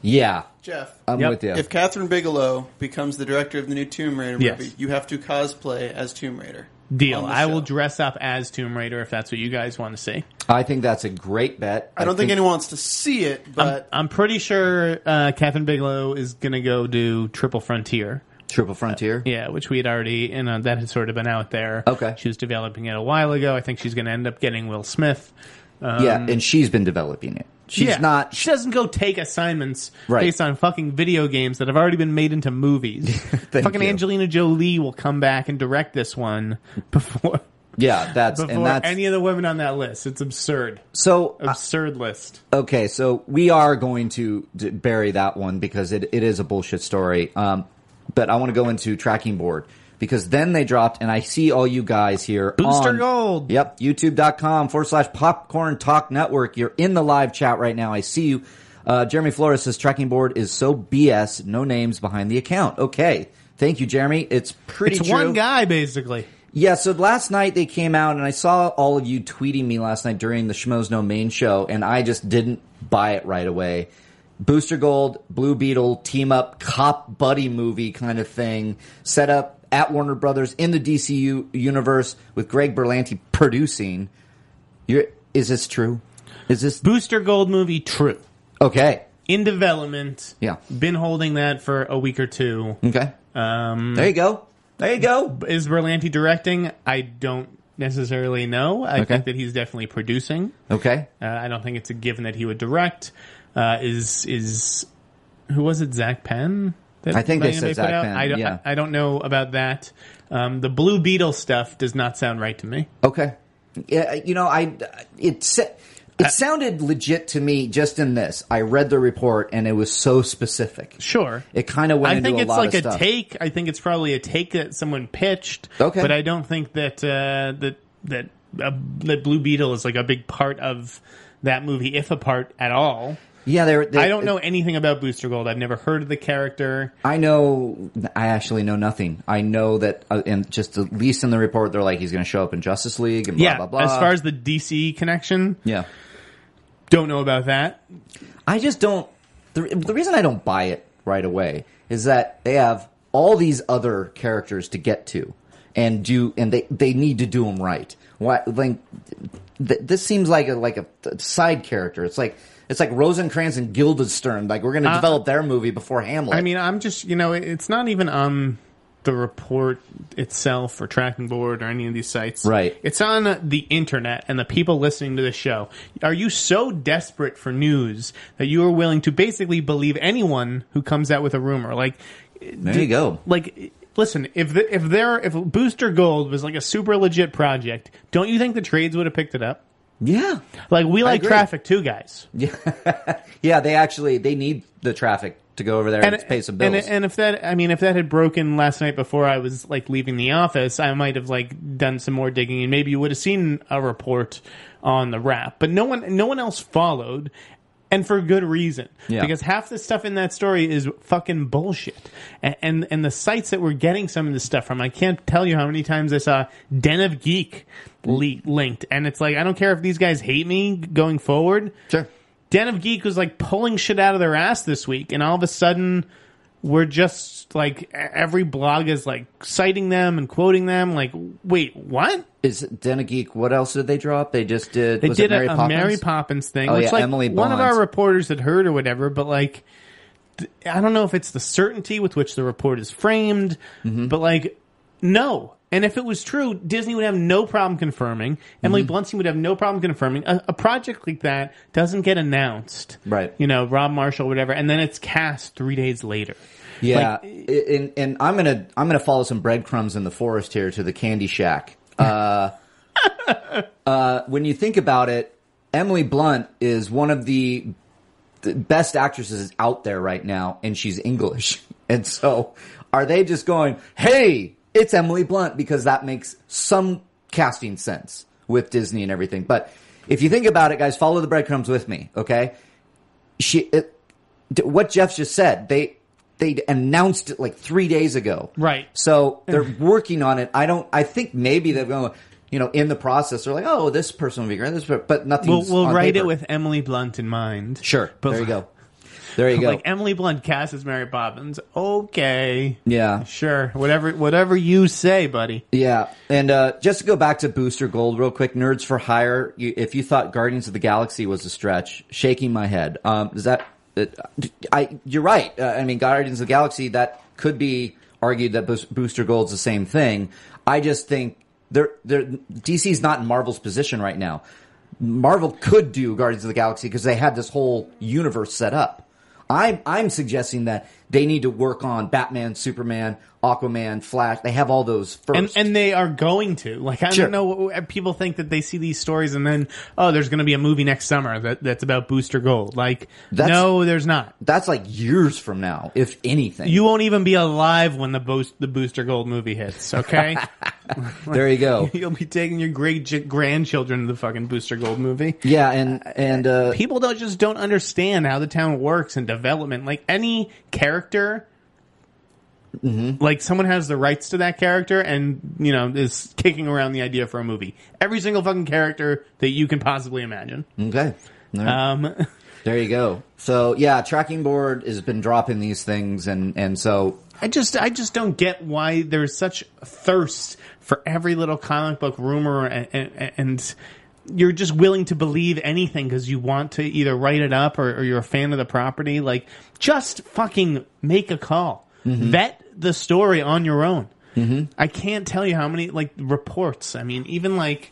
Speaker 2: yeah.
Speaker 4: Jeff,
Speaker 2: I'm
Speaker 3: Yep.
Speaker 2: with you.
Speaker 4: if Catherine Bigelow becomes the director of the new Tomb Raider movie,
Speaker 3: Yes.
Speaker 4: you have to cosplay as Tomb Raider.
Speaker 3: Deal.
Speaker 4: on the
Speaker 3: I will
Speaker 4: show.
Speaker 3: dress up as Tomb Raider if that's what you guys want to see.
Speaker 2: I think that's a great bet.
Speaker 4: I don't think, anyone wants to see it, but
Speaker 3: I'm pretty sure uh, Catherine Bigelow is going to go do Triple Frontier.
Speaker 2: Triple Frontier.
Speaker 3: Yeah, which we had already, you know, that had sort of been out there.
Speaker 2: Okay.
Speaker 3: She was developing it a while ago. I think she's going to end up getting Will Smith.
Speaker 2: yeah, and she's been developing it. She's
Speaker 3: Yeah.
Speaker 2: not.
Speaker 3: She doesn't go take assignments
Speaker 2: Right.
Speaker 3: based on fucking video games that have already been made into movies.
Speaker 2: Thank
Speaker 3: fucking
Speaker 2: you.
Speaker 3: Angelina Jolie will come back and direct this one before
Speaker 2: Yeah, that's and
Speaker 3: before
Speaker 2: that's
Speaker 3: any of the women on that list. It's absurd,
Speaker 2: so uh,
Speaker 3: absurd list.
Speaker 2: okay. So we are going to d- bury that one because it, it is a bullshit story. Um, but I want to go into tracking board because then they dropped, and I see all you guys here.
Speaker 3: Booster
Speaker 2: on-
Speaker 3: Gold.
Speaker 2: Yep, youtube.com forward slash popcorn talk network. You're in the live chat right now. I see you. Uh, Jeremy Flores says tracking board is so BS. No names behind the account. Okay. Thank you, Jeremy. It's pretty
Speaker 3: It's
Speaker 2: true.
Speaker 3: one guy basically.
Speaker 2: Yeah, so last night they came out, and I saw all of you tweeting me last night during the Schmoes No Main show, and I just didn't buy it right away. Booster Gold, Blue Beetle, team up, cop buddy movie kind of thing, set up at Warner Brothers in the DCU universe with Greg Berlanti producing. You're, is this true? Is this
Speaker 3: Booster Gold movie, true
Speaker 2: okay?
Speaker 3: in development.
Speaker 2: Yeah.
Speaker 3: been holding that for a week or two.
Speaker 2: Okay, um, there you go. There you go.
Speaker 3: Is Berlanti directing? I don't necessarily know. I
Speaker 2: Okay.
Speaker 3: think that he's definitely producing.
Speaker 2: Okay.
Speaker 3: Uh, I don't think it's a given that he would direct. Uh, is is who was it? Zach Penn. That
Speaker 2: I think they
Speaker 3: Diana
Speaker 2: said
Speaker 3: May put
Speaker 2: Zach
Speaker 3: out?
Speaker 2: Penn,
Speaker 3: I don't.
Speaker 2: yeah.
Speaker 3: I, I don't know about that. Um, the Blue Beetle stuff does not sound right to me.
Speaker 2: Okay. Yeah, you know, I it sa-
Speaker 3: Uh,
Speaker 2: it sounded legit to me just in this. I read the report and it was so specific.
Speaker 3: Sure.
Speaker 2: It kind of went
Speaker 3: I
Speaker 2: into
Speaker 3: think
Speaker 2: a
Speaker 3: it's
Speaker 2: lot
Speaker 3: like
Speaker 2: of
Speaker 3: a
Speaker 2: stuff.
Speaker 3: take. I think it's probably a take that someone pitched.
Speaker 2: Okay.
Speaker 3: But I don't think that uh, that that uh, that Blue Beetle is like a big part of that movie, if a part at all.
Speaker 2: Yeah, there. there-
Speaker 3: I don't know anything about Booster Gold. I've never heard of the character.
Speaker 2: I know. I actually know nothing. I know that, uh, and just at least in the report, they're like he's going to show up in Justice League and blah
Speaker 3: yeah.
Speaker 2: blah blah.
Speaker 3: As far as the DC connection,
Speaker 2: yeah,
Speaker 3: don't know about that.
Speaker 2: I just don't. The, re- the reason I don't buy it right away is that they have all these other characters to get to and do, and they they need to do them right. Why? Like th- this seems like a like a, th- side character. It's like it's like Rosencrantz and Guildenstern. Like we're going to develop their movie before Hamlet.
Speaker 3: Uh, I mean, I'm just you know, it- it's not even on the report itself or tracking board or any of these sites.
Speaker 2: Right.
Speaker 3: It's on the internet and the people listening to the show. Are you so desperate for news that you are willing to basically believe anyone who comes out with a rumor? Like
Speaker 2: there you go.
Speaker 3: like listen, if the, if there if Booster Gold was like a super legit project, don't you think the trades would have picked it up?
Speaker 2: Yeah,
Speaker 3: Like we like
Speaker 2: agree.
Speaker 3: traffic too, guys.
Speaker 2: yeah. They actually they need the traffic to go over there and, pay some bills.
Speaker 3: And, and if that, I mean, if that had broken last night before I was like leaving the office, I might have like done some more digging, and maybe you would have seen a report on the wrap. But no one, no one else followed. And for good reason,
Speaker 2: Yeah.
Speaker 3: because half the stuff in that story is fucking bullshit. And, and and the sites that we're getting some of this stuff from, I can't tell you how many times I saw Den of Geek le- linked, and it's like I don't care if these guys hate me going forward.
Speaker 2: sure.
Speaker 3: Den of Geek was like pulling shit out of their ass this week, and all of a sudden, we're just like e- every blog is like citing them and quoting them. Like, wait, what?
Speaker 2: Is Den of Geek? What else did they drop? They just did.
Speaker 3: They
Speaker 2: was
Speaker 3: did
Speaker 2: it Mary
Speaker 3: a, a
Speaker 2: Poppins?
Speaker 3: Mary Poppins thing,
Speaker 2: Oh,
Speaker 3: which
Speaker 2: yeah,
Speaker 3: like
Speaker 2: Emily
Speaker 3: one of
Speaker 2: Blunt.
Speaker 3: our reporters had heard or whatever. But like, th- I don't know if it's the certainty with which the report is framed,
Speaker 2: Mm-hmm.
Speaker 3: but like, no. And if it was true, Disney would have no problem confirming. Emily
Speaker 2: Mm-hmm.
Speaker 3: Bluntstein would have no problem confirming. A, a project like that doesn't get announced,
Speaker 2: Right.
Speaker 3: You know, Rob Marshall, whatever, and then it's cast three days later.
Speaker 2: Yeah, I- and and I'm gonna I'm gonna follow some breadcrumbs in the forest here to the Candy Shack. Uh, uh, when you think about it, Emily Blunt is one of the, the best actresses out there right now, and she's English. And so, are they just going, "Hey, it's Emily Blunt," because that makes some casting sense with Disney and everything? But if you think about it, guys, follow the breadcrumbs with me, okay? she it, d- what Jeff just said. They they announced it like three days ago,
Speaker 3: Right.
Speaker 2: So they're working on it. I don't. I think maybe they're going. to You know, in the process, they're like, "Oh, this person will be great." This, per- but nothing.
Speaker 3: We'll, we'll write it with Emily Blunt in mind.
Speaker 2: sure.
Speaker 3: but
Speaker 2: there you go. There you go.
Speaker 3: Like Emily Blunt cast as Mary Poppins. Okay.
Speaker 2: yeah,
Speaker 3: Sure, whatever, whatever you say, buddy.
Speaker 2: yeah. And uh, just to go back to Booster Gold real quick, Nerds for Hire. You, if you thought Guardians of the Galaxy was a stretch, shaking my head. Um, is that? It, I. You're right. Uh, I mean, Guardians of the Galaxy. That could be argued that Boos- Booster Gold's the same thing. I just think they're, they're DC's not in Marvel's position right now. Marvel could do Guardians of the Galaxy because they had this whole universe set up. I'm I'm suggesting that they need to work on Batman, Superman, Aquaman, Flash. They have all those first.
Speaker 3: And and they are going to like I
Speaker 2: Sure.
Speaker 3: don't know. what- People think that they see these stories and then oh, there's going to be a movie next summer that, that's about Booster Gold. Like
Speaker 2: That's-
Speaker 3: no, there's not.
Speaker 2: That's like years from now, if anything.
Speaker 3: You won't even be alive when the boost, the Booster Gold movie hits. Okay,
Speaker 2: there you go.
Speaker 3: you'll be taking your great j- grandchildren to the fucking Booster Gold movie.
Speaker 2: Yeah, and and uh,
Speaker 3: People don't just don't understand how the town works and development. Like any character. Like someone has the rights to that character, and you know is kicking around the idea for a movie. Every single fucking character that you can possibly imagine.
Speaker 2: okay, All right.
Speaker 3: Um,
Speaker 2: there you go. So yeah, tracking board has been dropping these things, and and so
Speaker 3: I just I just don't get why there's such thirst for every little comic book rumor and and, and you're just willing to believe anything because you want to either write it up or, or you're a fan of the property. Like just fucking make a call, vet the story on your own. I can't tell you how many like reports. I mean, even like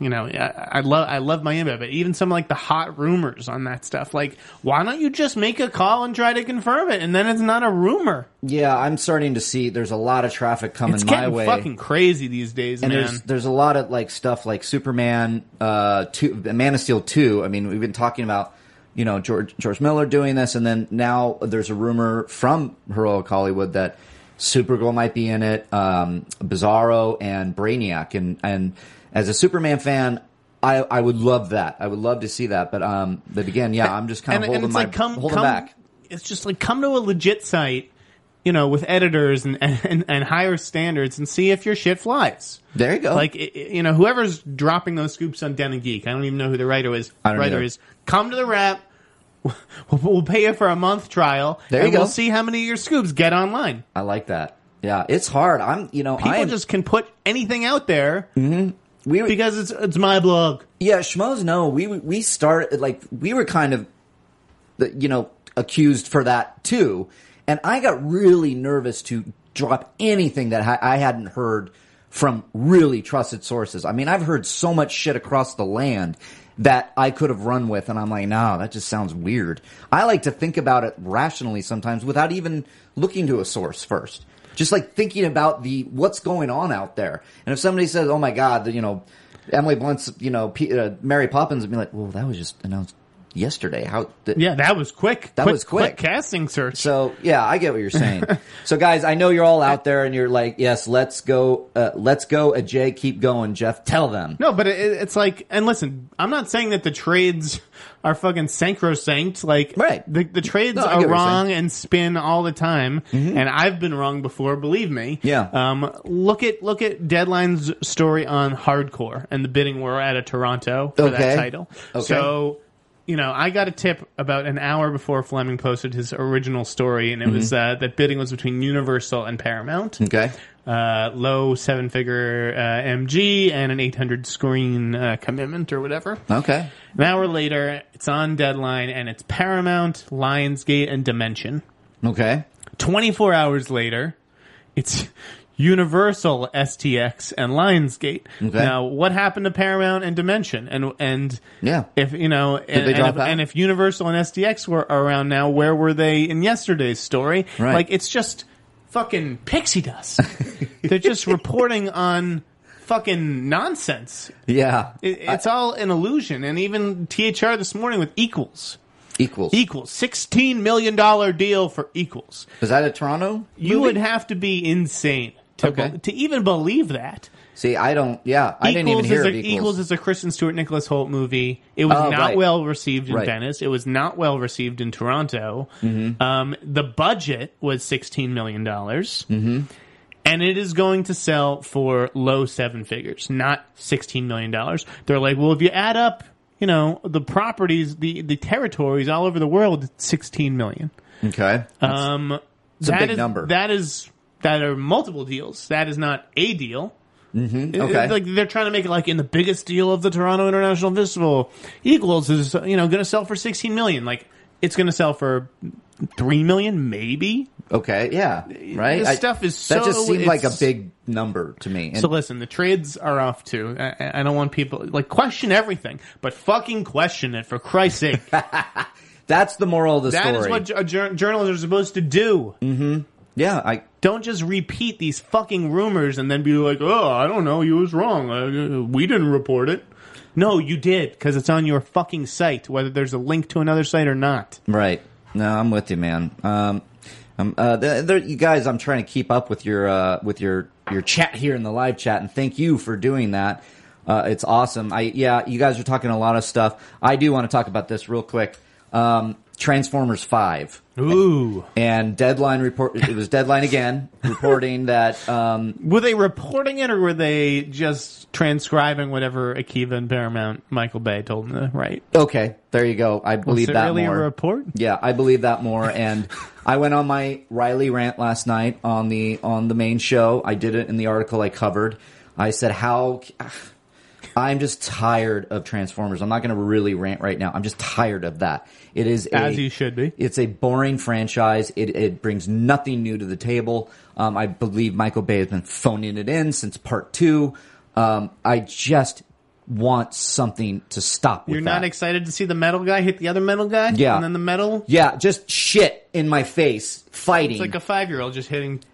Speaker 3: you know, I, I love I love Miami, but even some like the hot rumors on that stuff. Like, why don't you just make a call and try to confirm it, and then it's not a rumor.
Speaker 2: Yeah, I'm starting to see there's a lot of traffic coming
Speaker 3: It's
Speaker 2: my
Speaker 3: getting
Speaker 2: way.
Speaker 3: fucking crazy these days,
Speaker 2: and
Speaker 3: man.
Speaker 2: there's there's a lot of like stuff like Superman, uh, two, Man of Steel two. I mean, we've been talking about you know George George Miller doing this, and then now there's a rumor from heroic Hollywood that Supergirl might be in it, um, Bizarro and Brainiac, and and as a Superman fan. I, I would love that. I would love to see that. But um, but again, yeah, I'm just kind of holding my holding back.
Speaker 3: It's just like come to a legit site, you know, with editors and and, and higher standards, and see if your shit flies.
Speaker 2: There you go.
Speaker 3: Like i- i- you know, whoever's dropping those scoops on Den and Geek, I don't even know who the writer is.
Speaker 2: I don't
Speaker 3: writer
Speaker 2: either.
Speaker 3: is come to the wrap. We'll, we'll pay you for a month trial,
Speaker 2: There you
Speaker 3: and we'll
Speaker 2: go.
Speaker 3: see how many of your scoops get online.
Speaker 2: I like that. Yeah, it's hard. I'm you know
Speaker 3: People
Speaker 2: I am,
Speaker 3: just can put anything out there
Speaker 2: Mm-hmm. we
Speaker 3: because it's it's my blog.
Speaker 2: Yeah, schmoes. No, we we started like we were kind of, the- you know, accused for that too, and I got really nervous to drop anything that ha- I hadn't heard from really trusted sources. I mean, I've heard so much shit across the land that I could have run with, and I'm like, no, that just sounds weird. I like to think about it rationally sometimes without even looking to a source first. Just like thinking about the what's going on out there, and if somebody says, "Oh my God," you know, Emily Blunt's, you know, P- uh, Mary Poppins, and be like, well, that was just announced yesterday. How? Th-
Speaker 3: Yeah, that was quick.
Speaker 2: That
Speaker 3: quick,
Speaker 2: was quick.
Speaker 3: casting search.
Speaker 2: So yeah, I get what you're saying. so guys, I know you're all out there and you're like, yes, let's go, uh, let's go, Ajay, keep going, Jeff. Tell them.
Speaker 3: No, but it, it's like, and listen, I'm not saying that the trades are fucking sacrosanct. Like,
Speaker 2: Right.
Speaker 3: the, the trades
Speaker 2: No, I get what
Speaker 3: are
Speaker 2: you're Mm-hmm.
Speaker 3: wrong and spin all the time, and I've been wrong before. Believe me.
Speaker 2: Yeah.
Speaker 3: Um. Look at look at Deadline's story on Hardcore and the bidding war out of Toronto for
Speaker 2: Okay.
Speaker 3: that title.
Speaker 2: Okay.
Speaker 3: So. You know, I got a tip about an hour before Fleming posted his original story, and it
Speaker 2: Mm-hmm.
Speaker 3: was uh, that bidding was between Universal and Paramount
Speaker 2: Okay.
Speaker 3: uh, low seven figure uh, MG and an 800 screen uh, commitment or whatever.
Speaker 2: Okay.
Speaker 3: An hour later, it's on deadline and it's Paramount, Lionsgate, and Dimension.
Speaker 2: Okay.
Speaker 3: 24 hours later, it's Universal, STX, and Lionsgate.
Speaker 2: Okay.
Speaker 3: Now, what happened to Paramount and Dimension? And and
Speaker 2: Yeah.
Speaker 3: if you know, and,
Speaker 2: they
Speaker 3: and
Speaker 2: drop
Speaker 3: if,
Speaker 2: out?
Speaker 3: and if Universal and STX were around now, where were they in yesterday's story?
Speaker 2: Right.
Speaker 3: Like it's just fucking pixie dust. They're just reporting on fucking nonsense.
Speaker 2: Yeah.
Speaker 3: It, it's all an illusion. And even THR this morning with Equals.
Speaker 2: Uh, Equals.
Speaker 3: Equals. $16 million deal for Equals.
Speaker 2: Is that a Toronto?
Speaker 3: You would have to be insane to,
Speaker 2: Okay.
Speaker 3: be- to even believe that.
Speaker 2: See, I don't. Yeah, I didn't even
Speaker 3: Equals
Speaker 2: hear
Speaker 3: is
Speaker 2: of
Speaker 3: a,
Speaker 2: equals.
Speaker 3: Equals is a Kristen Stewart Nicholas Holt movie. It was
Speaker 2: Oh,
Speaker 3: not
Speaker 2: right.
Speaker 3: well received in
Speaker 2: Right. Mm-hmm.
Speaker 3: Venice. It was not well received in Toronto. Um, the budget was sixteen million dollars,
Speaker 2: Mm-hmm.
Speaker 3: and it is going to sell for low seven figures, not sixteen million dollars. They're like, well, if you add up, you know, the properties, the the territories all over the world, it's sixteen million.
Speaker 2: okay.
Speaker 3: Um,
Speaker 2: a
Speaker 3: that
Speaker 2: big
Speaker 3: is-
Speaker 2: number.
Speaker 3: That is that are multiple deals. That is not a deal. Mm-hmm.
Speaker 2: okay.
Speaker 3: Like they're trying to make it like in the biggest deal of the Toronto International Festival equals is you know going to sell for sixteen million. Like it's going to sell for three million maybe.
Speaker 2: okay. Yeah. Right.
Speaker 3: This
Speaker 2: I-
Speaker 3: stuff is
Speaker 2: that
Speaker 3: so-
Speaker 2: just seemed like a
Speaker 3: it's-
Speaker 2: big number to me. And-
Speaker 3: So listen, the trades are off too. I- I, I don't want people like question everything, but fucking question it for Christ's sake.
Speaker 2: that's the moral of the
Speaker 3: That
Speaker 2: story.
Speaker 3: is what ju- jour- journalists are supposed to do.
Speaker 2: yeah. I.
Speaker 3: Don't just repeat these fucking rumors and then be like, "Oh, I don't know, you was wrong. Uh, we didn't report it." No, you did because it's on your fucking site, whether there's a link to another site or not.
Speaker 2: Right. No, I'm with you, man. Um, um, uh, there, there, you guys, I'm trying to keep up with your uh, with your your chat here in the live chat, and thank you for doing that. Uh, it's awesome. I yeah, you guys are talking a lot of stuff. I do want to talk about this real quick. Um, Transformers Five
Speaker 3: Ooh,
Speaker 2: and Deadline report. It was Deadline again reporting that um,
Speaker 3: were they reporting it or were they just transcribing whatever Akiva and Paramount Michael Bay told them to write?
Speaker 2: okay, there you go. I
Speaker 3: Was
Speaker 2: believe
Speaker 3: it
Speaker 2: that
Speaker 3: really
Speaker 2: more.
Speaker 3: a report?
Speaker 2: Yeah, I believe that more. And I went on my Riley rant last night on the on the main show. I did it in the article I covered. I said how I'm just tired of Transformers. I'm not going to really rant right now. I'm just tired of that. It is a,
Speaker 3: As you should be.
Speaker 2: It's a boring franchise. It, it brings nothing new to the table. Um, I believe Michael Bay has been phoning it in since part two. Um, I just want something to stop. With
Speaker 3: You're not
Speaker 2: that.
Speaker 3: excited to see the metal guy hit the other metal guy?
Speaker 2: Yeah.
Speaker 3: And then the metal?
Speaker 2: yeah, just shit in my face fighting.
Speaker 3: It's like a five year old just hitting.
Speaker 2: It's-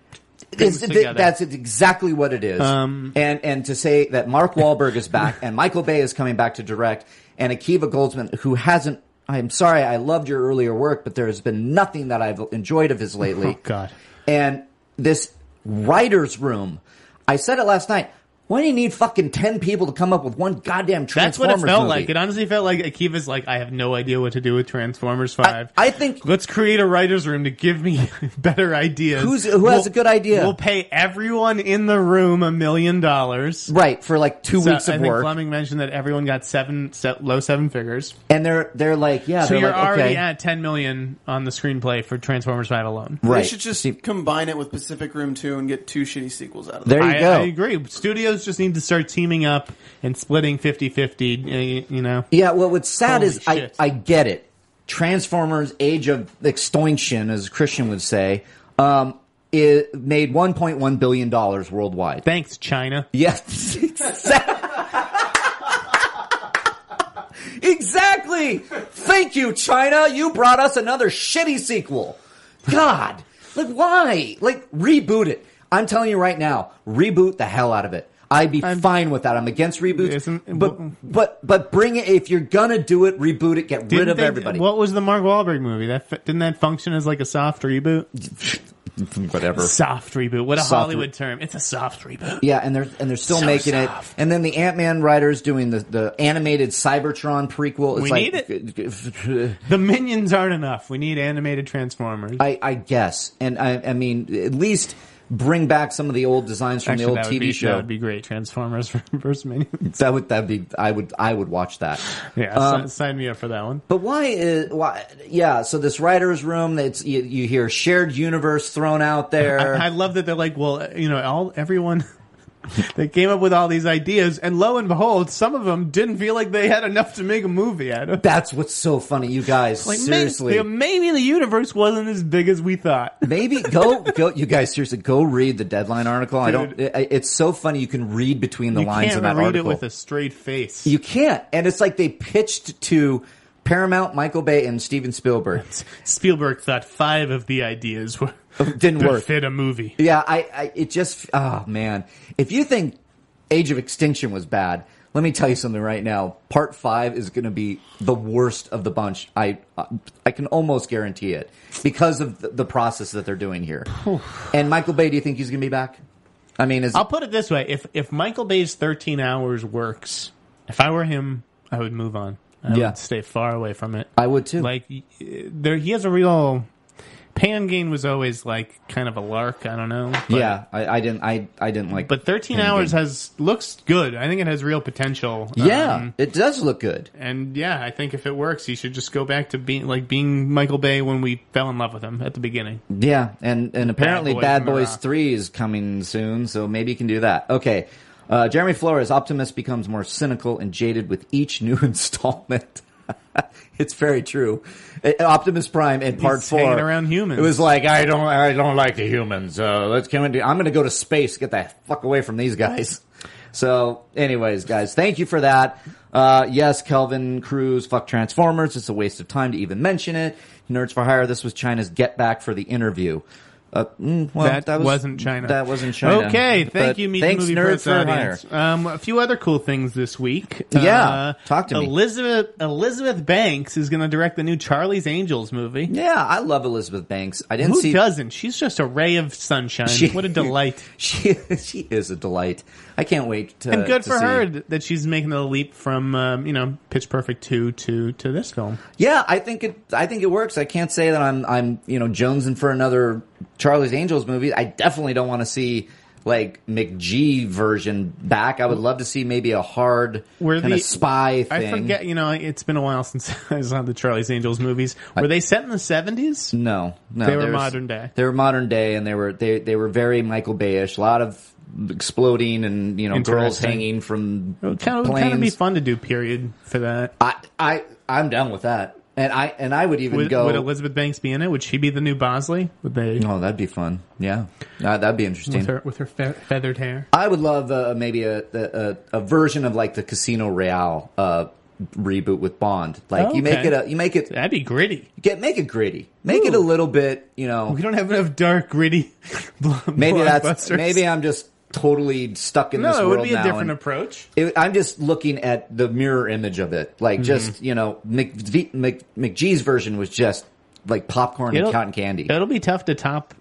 Speaker 3: things
Speaker 2: th-
Speaker 3: together.
Speaker 2: that's exactly what it is.
Speaker 3: Um,
Speaker 2: and and to say that Mark Wahlberg is back and Michael Bay is coming back to direct and Akiva Goldsman, who hasn't, I'm sorry, I loved your earlier work, but there has been nothing that I've enjoyed of his lately.
Speaker 3: Oh, God.
Speaker 2: And this writer's room, I said it last night. Why do you need fucking ten people to come up with one goddamn
Speaker 3: That's what
Speaker 2: Transformers
Speaker 3: it felt
Speaker 2: movie?
Speaker 3: like. It honestly felt like Akiva's like, I have no idea what to do with Transformers 5.
Speaker 2: I think-
Speaker 3: Let's create a writer's room to give me better ideas.
Speaker 2: Who's- who has a good idea?
Speaker 3: We'll pay everyone in the room a million dollars.
Speaker 2: right for like two
Speaker 3: So
Speaker 2: weeks
Speaker 3: I
Speaker 2: of
Speaker 3: think
Speaker 2: work,
Speaker 3: Fleming mentioned that everyone got seven se- low seven figures.
Speaker 2: and they're they're like, yeah,
Speaker 3: So
Speaker 2: they're
Speaker 3: you're
Speaker 2: like,
Speaker 3: already
Speaker 2: okay,
Speaker 3: at 10 million on the screenplay for Transformers 5 alone.
Speaker 2: right?
Speaker 4: They should just
Speaker 2: See,
Speaker 4: combine it with Pacific Room 2 and get two shitty sequels out of it.
Speaker 2: there you
Speaker 3: I,
Speaker 2: go.
Speaker 3: I agree. Studios just need to start teaming up and splitting 50-50, uh, you know.
Speaker 2: Yeah, well, what's sad
Speaker 3: Holy
Speaker 2: is I,
Speaker 3: shit.
Speaker 2: I get it. Transformers Age of Extinction, as Christian would say, um, it made $1.1 billion worldwide.
Speaker 3: Thanks, China.
Speaker 2: Yes. Exactly. exactly. Thank you, China. You brought us another shitty sequel. God. Like, why? Like, reboot it. I'm telling you right now, reboot the hell out of it. I'd be fine with that. I'm against reboots,
Speaker 3: Isn't-
Speaker 2: but but but bring it if you're gonna do it. Reboot it. Get rid
Speaker 3: Didn't
Speaker 2: of
Speaker 3: they-
Speaker 2: everybody.
Speaker 3: What was the Mark Wahlberg movie? That fu- didn't that function as like a soft reboot?
Speaker 2: Whatever.
Speaker 3: Soft reboot. What a
Speaker 2: Soft
Speaker 3: Hollywood
Speaker 2: re-
Speaker 3: term. It's a soft reboot.
Speaker 2: Yeah, and they're and they're still
Speaker 3: So
Speaker 2: making
Speaker 3: soft.
Speaker 2: it. And then the Ant Man writers doing the, the animated Cybertron prequel. It's
Speaker 3: We
Speaker 2: like,
Speaker 3: need The minions aren't enough. We need animated Transformers.
Speaker 2: I, I guess, and I, I mean, at least bring back some of the old designs from
Speaker 3: Actually,
Speaker 2: the old
Speaker 3: that would
Speaker 2: TV
Speaker 3: be, That
Speaker 2: show.
Speaker 3: would be great. Transformers versus minions.
Speaker 2: That would that be? I would I would watch that.
Speaker 3: Yeah,
Speaker 2: Um,
Speaker 3: si- sign me up for that one.
Speaker 2: But why is why? Yeah. So this writers' room. That's you, you hear shared universe thrown out there.
Speaker 3: I, I love that they're like, well, you know, all everyone they came up with all these ideas, and lo and behold, some of them didn't feel like they had enough to make a movie out of.
Speaker 2: that's what's so funny, you guys.
Speaker 3: Like,
Speaker 2: seriously,
Speaker 3: maybe, maybe the universe wasn't as big as we thought.
Speaker 2: Maybe go go you guys seriously go read the deadline article. I don't.
Speaker 3: Dude.
Speaker 2: I, it's so funny you can read between the
Speaker 3: You
Speaker 2: lines
Speaker 3: can't
Speaker 2: in that
Speaker 3: read
Speaker 2: article.
Speaker 3: it with a straight face.
Speaker 2: you can't, and it's like they pitched to Paramount, Michael Bay, and Steven Spielberg.
Speaker 3: Spielberg thought five of the ideas were
Speaker 2: Didn't work.
Speaker 3: fit a movie.
Speaker 2: Yeah, I, I it just oh man. If you think Age of Extinction was bad, let me tell you something right now. Part 5 is going to be the worst of the bunch. I I can almost guarantee it because of the, the process that they're doing here. and Michael Bay, do you think he's going to be back? I mean, is
Speaker 3: I'll put it this way: if if Michael Bay's thirteen hours works, if I were him, I would move on. I
Speaker 2: Yeah.
Speaker 3: would stay far away from it.
Speaker 2: I would too.
Speaker 3: like y- there he has a real pan gain was always like kind of a lark i don't know but,
Speaker 2: yeah, I, I didn't I I didn't like
Speaker 3: but 13 hours has looks good i think it has real potential
Speaker 2: Yeah,
Speaker 3: Um,
Speaker 2: it does look good.
Speaker 3: and yeah i think if it works he should just go back to being like being michael bay when we fell in love with him at the beginning
Speaker 2: Yeah, and and apparently
Speaker 3: Boy
Speaker 2: Bad
Speaker 3: from the
Speaker 2: Boys
Speaker 3: Rock.
Speaker 2: Three is coming soon, so maybe you can do that. Okay, uh, Jeremy Flores, optimist becomes more cynical and jaded with each new installment. it's very true. Uh, Optimus Prime in part
Speaker 3: He's
Speaker 2: four
Speaker 3: hanging around humans.
Speaker 2: It was like I don't I don't like the humans. Uh, let's come into. I'm going to go to space. Get the fuck away from these guys. So, anyways, guys, thank you for that. Uh, yes, Kelvin Cruz, fuck Transformers. It's a waste of time to even mention it. Nerds for Hire. This was China's get back for the interview. Uh, mm, well,
Speaker 3: that, was, not China.
Speaker 2: That wasn't China.
Speaker 3: Okay, thank
Speaker 2: But
Speaker 3: you, Meet the
Speaker 2: Thanks,
Speaker 3: Movie
Speaker 2: Nerds
Speaker 3: Press
Speaker 2: for
Speaker 3: audience.
Speaker 2: Hire.
Speaker 3: Um, a few other cool things this week. Uh,
Speaker 2: Yeah, talk to me.
Speaker 3: Elizabeth, Elizabeth Banks is going to direct the new Charlie's Angels movie.
Speaker 2: Yeah, I love Elizabeth Banks. I didn't
Speaker 3: Who
Speaker 2: see.
Speaker 3: doesn't? She's just a ray of sunshine.
Speaker 2: She-
Speaker 3: what a delight.
Speaker 2: She she is a delight. I can't wait to.
Speaker 3: And good
Speaker 2: to
Speaker 3: for
Speaker 2: see.
Speaker 3: her th- that she's making the leap from um, you know Pitch Perfect two to to this film.
Speaker 2: Yeah, I think it. I think it works. I can't say that I'm. I'm. You know, jonesing for another Charlie's Angels movie. I definitely don't want to see like McGee version back. I would love to see maybe a hard
Speaker 3: Where
Speaker 2: kind
Speaker 3: the-
Speaker 2: of spy
Speaker 3: I
Speaker 2: thing.
Speaker 3: forget, you know, it's been a while since I saw the Charlie's Angels movies. Were they set in the seventies?
Speaker 2: No, no,
Speaker 3: They were
Speaker 2: there's-
Speaker 3: modern day.
Speaker 2: They were modern day, and they were they they were very Michael Bayish. A lot of exploding and you know girls
Speaker 3: Interesting.
Speaker 2: hanging from
Speaker 3: It would kind of,
Speaker 2: planes.
Speaker 3: kind of be fun to do. Period for that.
Speaker 2: I I I'm down with that, and I and I would even
Speaker 3: Would,
Speaker 2: go.
Speaker 3: would Elizabeth Banks be in it? Would she be the new Bosley? Would they
Speaker 2: oh, that'd be fun. Yeah, Uh, that'd be interesting.
Speaker 3: with her with her fe- feathered hair?
Speaker 2: I would love uh, maybe a, a a version of like the Casino Royale uh, reboot with Bond. Like you make
Speaker 3: Okay.
Speaker 2: it a you make it
Speaker 3: That'd be gritty.
Speaker 2: get make it gritty, make it a little bit you know.
Speaker 3: We don't have enough dark, gritty.
Speaker 2: Maybe that's
Speaker 3: blockbusters.
Speaker 2: maybe I'm just totally stuck in
Speaker 3: no.
Speaker 2: this
Speaker 3: it
Speaker 2: world
Speaker 3: would be a
Speaker 2: now
Speaker 3: different
Speaker 2: and-
Speaker 3: approach.
Speaker 2: It, I'm just looking at the mirror image of it.
Speaker 3: Mm-hmm.
Speaker 2: Like, just, you know, Mc, V- Mc, McGee's version was just like popcorn and cotton candy.
Speaker 3: It'll be tough to top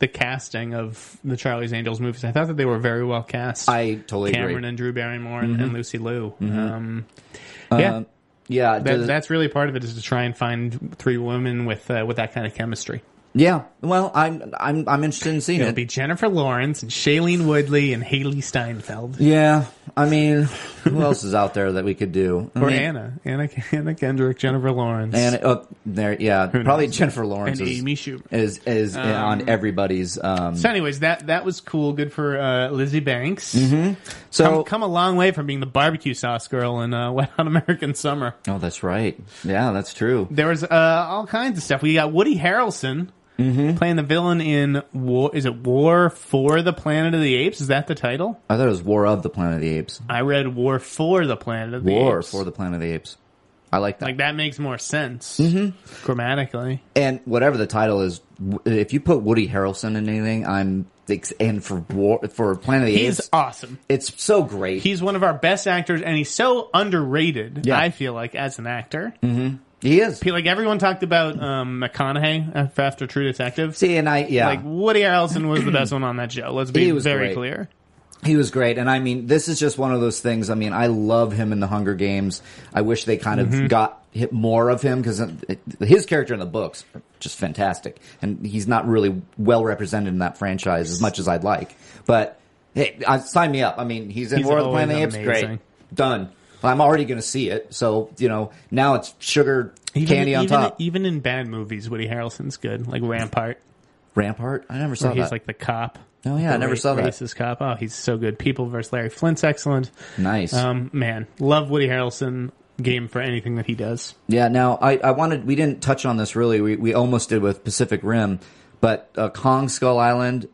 Speaker 3: the casting of the Charlie's Angels movies. I thought that they were very well cast.
Speaker 2: I totally
Speaker 3: Cameron
Speaker 2: agree. Mm-hmm.
Speaker 3: and Drew Barrymore and, and Lucy Liu. Um, yeah,
Speaker 2: Um, yeah.
Speaker 3: that,
Speaker 2: does-
Speaker 3: that's really part of it is to try and find three women with uh, with that kind of chemistry.
Speaker 2: yeah. Well, I'm, I'm, I'm interested in seeing
Speaker 3: It'll
Speaker 2: it.
Speaker 3: be Jennifer Lawrence and Shailene Woodley and Haley Steinfeld
Speaker 2: yeah. I mean, who else is out there that we could do? I
Speaker 3: or
Speaker 2: mean,
Speaker 3: Anna Anna Anna Kendrick, Jennifer Lawrence,
Speaker 2: Mm-hmm. Anna- oh, there, yeah. Probably Jennifer Lawrence
Speaker 3: and
Speaker 2: is,
Speaker 3: Amy Schumer. Um,
Speaker 2: is, is on everybody's. Um,
Speaker 3: So, anyways, that that was cool. Good for uh, Lizzie Banks.
Speaker 2: so,
Speaker 3: Come, come a long way from being the barbecue sauce girl in uh, Wet Hot American Summer.
Speaker 2: oh, that's right. Yeah, that's true.
Speaker 3: There was uh, all kinds of stuff. We got Woody Harrelson
Speaker 2: Mm-hmm.
Speaker 3: playing the villain in War. Is it War for the Planet of the Apes? Is that the title?
Speaker 2: I thought it was War of the Planet of the Apes.
Speaker 3: I read War for the Planet of the
Speaker 2: War
Speaker 3: Apes.
Speaker 2: for the Planet of the Apes. I like that.
Speaker 3: like that makes more sense mm-hmm. grammatically.
Speaker 2: and whatever the title is, w- if you put Woody Harrelson in anything, I'm ex- and for war for Planet of the
Speaker 3: He's
Speaker 2: Apes,
Speaker 3: awesome.
Speaker 2: it's so great. He,
Speaker 3: He's one of our best actors, and he's so underrated.
Speaker 2: Yeah.
Speaker 3: I feel like as an actor,
Speaker 2: is.
Speaker 3: like everyone talked about um, McConaughey af- after True Detective.
Speaker 2: See, and I yeah,
Speaker 3: Like Woody Harrelson was the best one on that show. Let's be
Speaker 2: He was
Speaker 3: very
Speaker 2: great.
Speaker 3: clear.
Speaker 2: he was great. And I mean, this is just one of those things. I mean, I love him in the Hunger Games. I wish they kind of
Speaker 3: Mm-hmm.
Speaker 2: got hit more of him because his character in the books are just fantastic, and he's not really well represented in that franchise as much as I'd like. But hey, I, sign me up. I mean, he's in
Speaker 3: He's
Speaker 2: War of the
Speaker 3: always
Speaker 2: Planet of the Apes.
Speaker 3: amazing.
Speaker 2: Great, done. I'm already going to see it. So you know, now it's sugar
Speaker 3: Even-
Speaker 2: candy on
Speaker 3: even, e
Speaker 2: top.
Speaker 3: Even in bad movies, Woody Harrelson's good. Like Rampart,
Speaker 2: Rampart. I never saw
Speaker 3: where he's
Speaker 2: that.
Speaker 3: like the cop.
Speaker 2: Oh, yeah,
Speaker 3: The
Speaker 2: I never saw that.
Speaker 3: Racist cop. Oh, he's so good. People versus Larry Flint's excellent.
Speaker 2: nice.
Speaker 3: Um, man, love Woody Harrelson. Game for anything that he does.
Speaker 2: Yeah, now I, I wanted we didn't touch on this really. We we almost did with Pacific Rim, but uh, Kong Skull Island